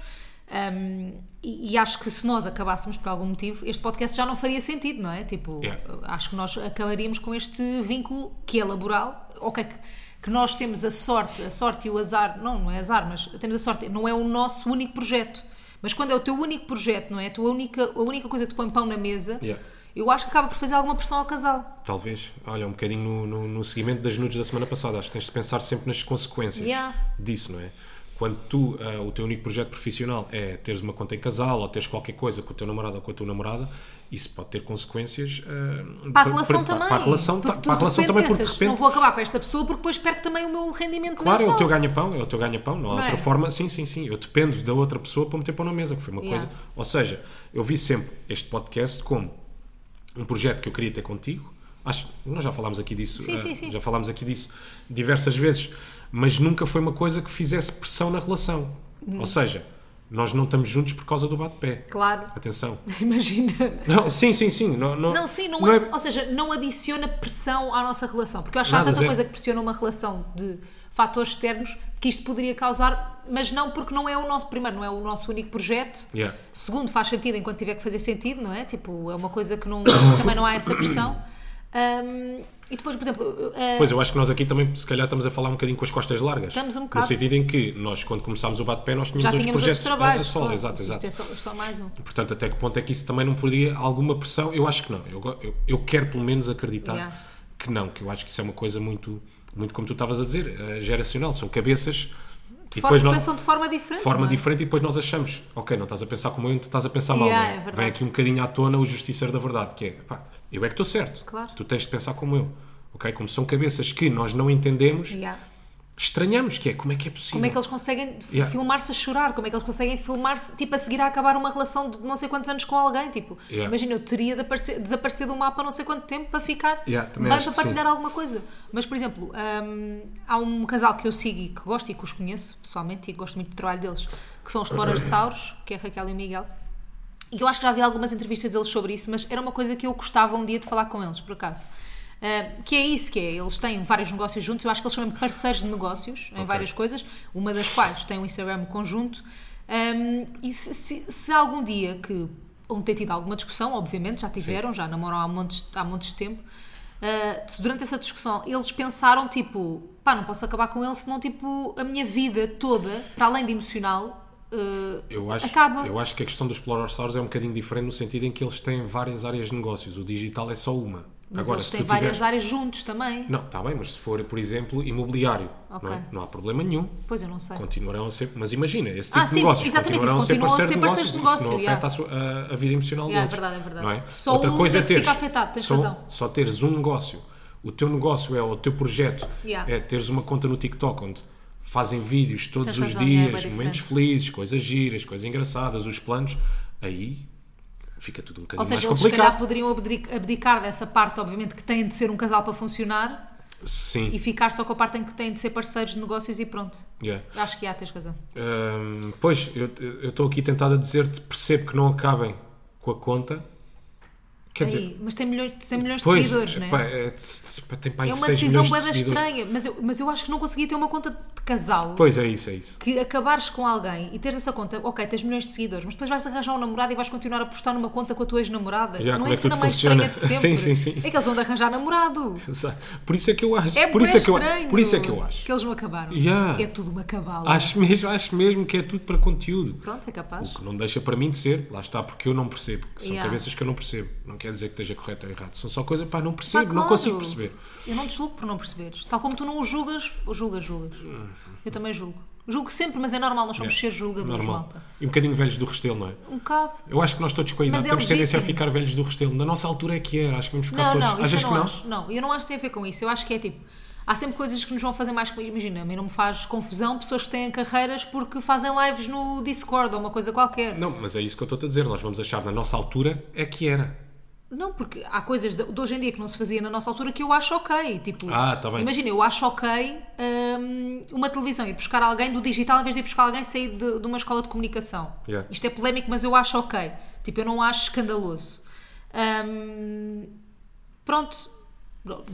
Hum, e, e acho que se nós acabássemos por algum motivo, este podcast já não faria sentido, não é? Tipo,
Yeah.
acho que nós acabaríamos com este vínculo que é laboral, ok, que, que nós temos a sorte, a sorte e o azar, não, não é azar, mas temos a sorte, não é o nosso único projeto. Mas quando é o teu único projeto, não é? A tua única, a única coisa que te põe pão na mesa,
Yeah.
eu acho que acaba por fazer alguma pressão ao casal.
Talvez. Olha, um bocadinho no, no, no seguimento das nudes da semana passada. Acho que tens de pensar sempre nas consequências
Yeah.
disso, não é? Quando tu, ah, o teu único projeto profissional é teres uma conta em casal ou teres qualquer coisa com o teu namorado ou com a tua namorada, isso pode ter consequências ah,
para a relação
para-
também.
Para a relação,
Porque
ta-
tu
para a
de
relação
repente
também, porque de
pensas,
repente.
Não vou acabar com esta pessoa porque depois perco também o meu rendimento
Claro, é
mensal.
o teu ganha-pão, é o teu ganha-pão, não há
Não é?
outra forma. Sim, sim, sim. Eu dependo da outra pessoa para meter pão na mesa, que foi uma
Yeah.
coisa. Ou seja, eu vi sempre este podcast como um projeto que eu queria ter contigo. Acho, nós já falámos aqui disso,
Sim,
eh,
sim, sim.
já falámos aqui disso diversas vezes, mas nunca foi uma coisa que fizesse pressão na relação.
Uhum.
Ou seja, nós não estamos juntos por causa do bate-pé.
Claro.
Atenção.
Imagina.
Não, sim, sim, sim. Não, não,
Não, sim, não,
não
é, ou seja, não adiciona pressão à nossa relação. Porque eu acho que há
Nada,
tanta
zero.
coisa que pressiona uma relação de fatores externos que isto poderia causar, mas não porque não é o nosso, primeiro, não é o nosso único projeto.
Yeah.
Segundo, faz sentido enquanto tiver que fazer sentido, não é? Tipo, é uma coisa que não, também não há essa pressão. Ahm, e depois, por exemplo, eh,
Pois, eu acho que nós aqui também, se calhar, estamos a falar um bocadinho com as costas largas.
Estamos um bocado.
No sentido em que nós, quando começámos o bate-pé, nós tínhamos
já
outros
tínhamos outros
projetos
trabalhos.
a solo,
claro.
exato,
Isto
exato.
é só- só mais um.
Portanto, até que ponto é que isso também não poderia alguma pressão? Eu acho que não. Eu, go- eu, eu quero, pelo menos, acreditar
Yeah.
que não. Que eu acho que isso é uma coisa muito, muito como tu estavas a dizer, eh, geracional. São cabeças...
de
e
forma,
depois nós,
pensam de forma diferente.
forma
não é?
diferente e depois nós achamos, ok, não estás a pensar como eu, tu estás a pensar mal.
Yeah,
não
é verdade.
Vem aqui um bocadinho à tona o justiceiro da verdade, que é, pá, eu é que estou certo.
Claro.
Tu tens de pensar como eu. Ok? Como são cabeças que nós não entendemos,
Yeah.
estranhamos, que é, como é que é possível?
Como é que eles conseguem f-
Yeah.
filmar-se a chorar? Como é que eles conseguem filmar-se, tipo, a seguir a acabar uma relação de não sei quantos anos com alguém? Tipo,
Yeah.
imagina, eu teria de aparecer- desaparecido do mapa não sei quanto tempo para ficar
Yeah, também
bem
acho
para
que sim.
partilhar alguma coisa. Mas, por exemplo, hum, há um casal que eu sigo e que gosto e que os conheço pessoalmente e que gosto muito do trabalho deles, que são os Explorersaurus, que é a Raquel e o Miguel. E eu acho que já vi algumas entrevistas deles sobre isso, mas era uma coisa que eu gostava um dia de falar com eles, por acaso. Uh, que é isso que é, eles têm vários negócios juntos, eu acho que eles são mesmo parceiros de negócios em várias coisas, uma das quais tem um Instagram conjunto. Um, e se, se- se algum dia que vão ter tido alguma discussão, obviamente, já tiveram, já namoram há montes, há montes de tempo, uh, se durante essa discussão eles pensaram tipo, pá, não posso acabar com ele, senão tipo, a minha vida toda, para além de emocional, uh,
Eu acho,
acaba.
eu acho que a questão dos Explorer Stars é um bocadinho diferente no sentido em que eles têm várias áreas de negócios. O digital é só uma.
Mas eles têm várias áreas juntos também.
Não, está bem, mas se for, por exemplo, imobiliário,
Ok.
não, é? não há problema nenhum.
Pois eu não sei.
Continuarão a ser, mas imagina, esse tipo
Ah,
de
sim,
negócios
exatamente,
continuarão
isso,
a ser
continuam a
parceiro
ser
de
parceiros
negócios,
de
isso
negócio,
não afeta a, sua- a- a vida emocional
Yeah, é
deles.
verdade, é verdade.
Não é?
Só
Outra
um
coisa
é
é
que
teres,
fica afetado, tens
só,
razão.
só teres um negócio. O teu negócio é o teu projeto,
Yeah.
é teres uma conta no TikTok onde fazem vídeos todos
Tens
os
razão, yeah, é
dias,
bué
momentos
diferente.
felizes, coisas giras, coisas engraçadas, os planos, aí fica tudo um bocadinho
Ou seja,
mais
eles se calhar
complicado.
poderiam abdic- abdicar dessa parte, obviamente, que têm de ser um casal para funcionar
Sim.
e ficar só com a parte em que têm de ser parceiros de negócios e pronto.
yeah.
Acho que há, tens razão.
Hum, pois, eu eu estou aqui tentado a dizer-te, percebo que não acabem com a conta, Quer
Ai,
dizer,
mas tem milhões, tem milhões
pois,
de seguidores, não é?
epá, é, t- t- tem para aí
É uma
6
decisão
milhões de
bué da
seguidores.
estranha, mas eu, mas eu acho que não consegui ter uma conta de casal.
Pois é isso, é isso.
Que acabares com alguém e teres essa conta, ok, tens milhões de seguidores, mas depois vais arranjar um namorado e vais continuar a postar numa conta com a tua ex-namorada.
Já,
não
como
é
é
isso
que
ainda
tudo
mais
funciona?
estranha de sempre?
Sim, sim, sim.
É que eles vão de arranjar namorado.
Exato. Por isso é que eu acho.
É
por isso é que eu,
estranho
por isso é que eu acho.
Que eles não acabaram.
Yeah.
É tudo uma cabala.
Acho mesmo, acho mesmo que é tudo para conteúdo.
Pronto, é capaz.
O que não deixa para mim de ser, lá está, porque eu não percebo. que são
Yeah.
cabeças que eu não percebo. Não quer dizer que esteja correto ou errado. São só coisas, pá, não percebo,
Pá,
não
claro.
consigo perceber.
Eu não te julgo por não perceberes. Tal como tu não o julgas, julgas, julgas. Eu também julgo. Julgo sempre, mas é normal, nós somos seres julgadores,
Normal.
malta.
E um bocadinho velhos do restelo, não é?
Um bocado.
Eu acho que nós todos com a idade
é
temos tendência a
legítimo.
ficar velhos do restelo. Na nossa altura é que era, acho que vamos ficar
Não,
todos.
não,
Às
isso
vezes
eu
que
não
não.
acho. Não, eu não acho que tem a ver com isso. Eu acho que é tipo. Há sempre coisas que nos vão fazer mais. Imagina, a mim não me faz confusão pessoas que têm carreiras porque fazem lives no Discord ou uma coisa qualquer. Não,
Não, mas é isso que eu estou a dizer. Nós vamos achar na nossa altura é que era.
porque há coisas de, de hoje em dia que não se fazia na nossa altura que eu acho ok. Tipo,
Ah, tá bem.
imagina, eu acho ok hum, uma televisão e buscar alguém do digital em vez de ir buscar alguém sair de, de uma escola de comunicação.
Yeah.
Isto é polémico, mas eu acho ok. Tipo, eu não acho escandaloso. Hum, Pronto.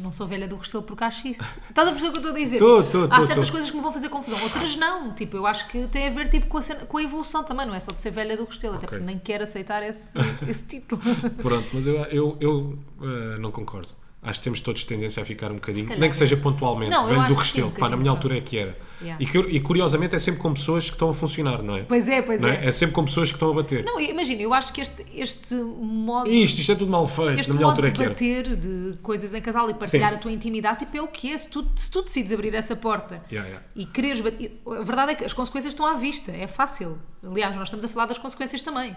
Não sou velha do Restelo porque acho isso. Estás a perceber o que eu estou a dizer?
Tô, tô,
Há
tô,
certas
tô.
coisas que me vão fazer confusão, outras não. Tipo, eu acho que tem a ver tipo, com, a cena- com a evolução também, não é só de ser velha do Restelo, até
Ok.
porque nem quero aceitar esse, esse título.
Pronto, mas eu, eu, eu, eh, não concordo. Acho que temos todos tendência a ficar um bocadinho,
calhar,
nem que
é.
seja pontualmente,
Não, eu
velho
acho
do
que sim, um
restelo. Pá, na minha
bocadinho,
altura é que era.
Yeah.
E, que- e curiosamente é sempre com pessoas que estão a funcionar, não é?
pois é, pois
Não
é.
é? é sempre com pessoas que estão a bater.
Não, imagina, eu acho que este, este modo.
Isto, isto é tudo mal feito,
Este
na minha
modo
altura é
de
que era.
bater de coisas em casal e partilhar
Sim.
a tua intimidade, tipo, é o que é. Se tu, se tu decides abrir essa porta
Yeah, yeah.
e quereres bater. A verdade é que as consequências estão à vista, é fácil. Aliás, nós estamos a falar das consequências também.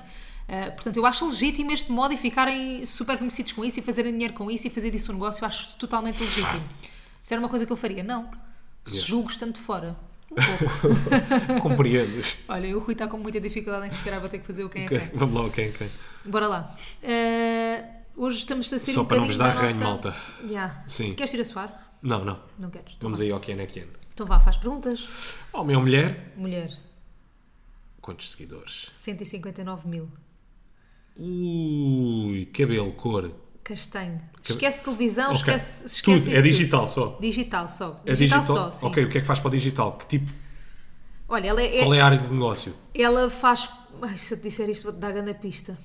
Ah, portanto, eu acho legítimo este modo e ficarem super conhecidos com isso e fazerem dinheiro com isso e fazer disso um negócio, eu acho totalmente legítimo. Se era uma coisa que eu faria, não. Se
Yeah.
julgo estando de fora. Um pouco.
Compreendes?
Olha, eu, o Rui está com muita dificuldade em respirar, vou ter que fazer o quem é
Ok,
quem.
Vamos lá, quem, quem?
Bora lá. Ah, hoje estamos a ser
Só
um
para não vos dar
bocadinho
arranho,
da
malta.
Yeah.
Sim.
Queres ir a suar?
Não, não.
Não queres. Então,
Vamos aí ao quem é quem.
então vá, faz perguntas.
Homem ou mulher?
Mulher,
Quantos seguidores?
159 mil.
Ui, cabelo, cor.
Castanho. Esquece televisão,
Ok.
esquece, esquece
Tudo,
isso
é digital só.
Digital só.
É digital?
só, sim.
ok, o que é que faz para o digital? Que tipo?
Olha, ela, é-
Qual é a área de negócio?
ela faz... Ai, se eu te disser isto vou-te dar grande pista.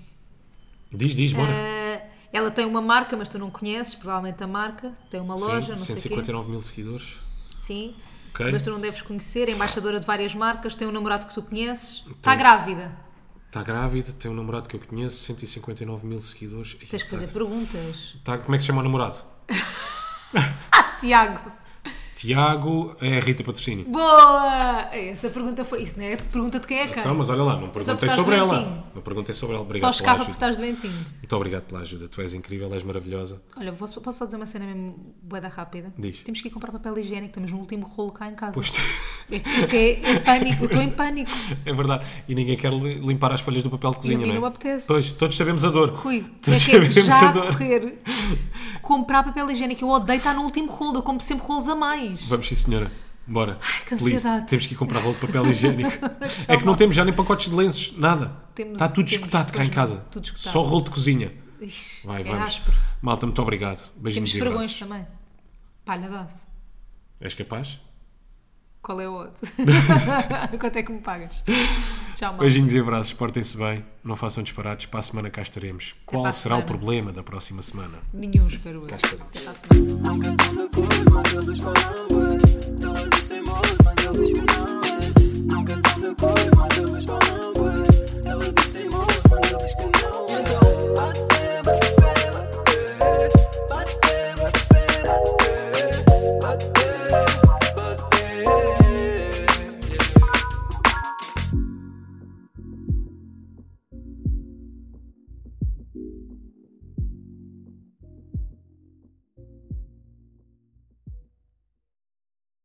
Diz, diz, bora.
Ah, ela tem uma marca, mas tu não conheces, provavelmente a marca. Tem uma loja, não
Sim,
sei o quê.
159 mil seguidores.
Sim.
Ok.
Mas tu não deves conhecer, é embaixadora de várias marcas, tem um namorado que tu conheces. Está grávida.
Está grávida, tem um namorado que eu conheço, 159 mil seguidores. Ih,
Tens que fazer perguntas.
tá- tá- como é que se chama o namorado?
Tiago.
Tiago é a Rita Patrocínio.
Boa! Essa pergunta foi. Isso não é pergunta de quem é quem.
Então, mas olha lá, não
só porque
perguntei
estás
sobre ela.
doentinho.
Não perguntei sobre ela.
Só
Obrigado pela
escapa porque
ajuda.
estás doentinho.
Muito obrigado pela ajuda. Tu és incrível, és maravilhosa.
Olha, posso, posso só dizer uma cena mesmo boeda rápida?
Diz.
Temos que ir comprar papel higiênico, temos um último rolo cá em casa.
Pois tu-
É, Isto é, é pânico, eu estou em pânico.
É verdade. E ninguém quer li- limpar as folhas do papel de cozinha,
mim
não é?
não me apetece.
Pois, todos sabemos a dor.
Rui,
todos
é que é
sabemos
já
a dor.
correr. Comprar papel higiênico, eu odeio estar no último rolo, eu compro sempre rolos a mais.
Vamos sim, senhora. Bora.
que
Please.
ansiedade.
Temos que ir comprar rolo de papel higiênico. é que não temos já nem pacotes de lenços, nada.
Temos-
Está tudo
temos
escutado cá em
mesmo,
casa.
tudo escutado.
Só rolo de cozinha.
Ixi,
Vai,
é
vamos.
áspero.
Malta, muito obrigado. Beijinhos
Temos
e
fragões
abraços.
também. Palha-se.
És capaz?
Qual é o outro? Quanto é que me pagas? Tchau, mal.
Beijinhos e abraços. Portem-se bem. Não façam disparates. Para a semana cá estaremos. Qual
para a
será o
semana.
problema da próxima semana?
Nenhum, espero eu.
Cá estaremos.
Até para a semana.
Não cantando cor, mas eles falam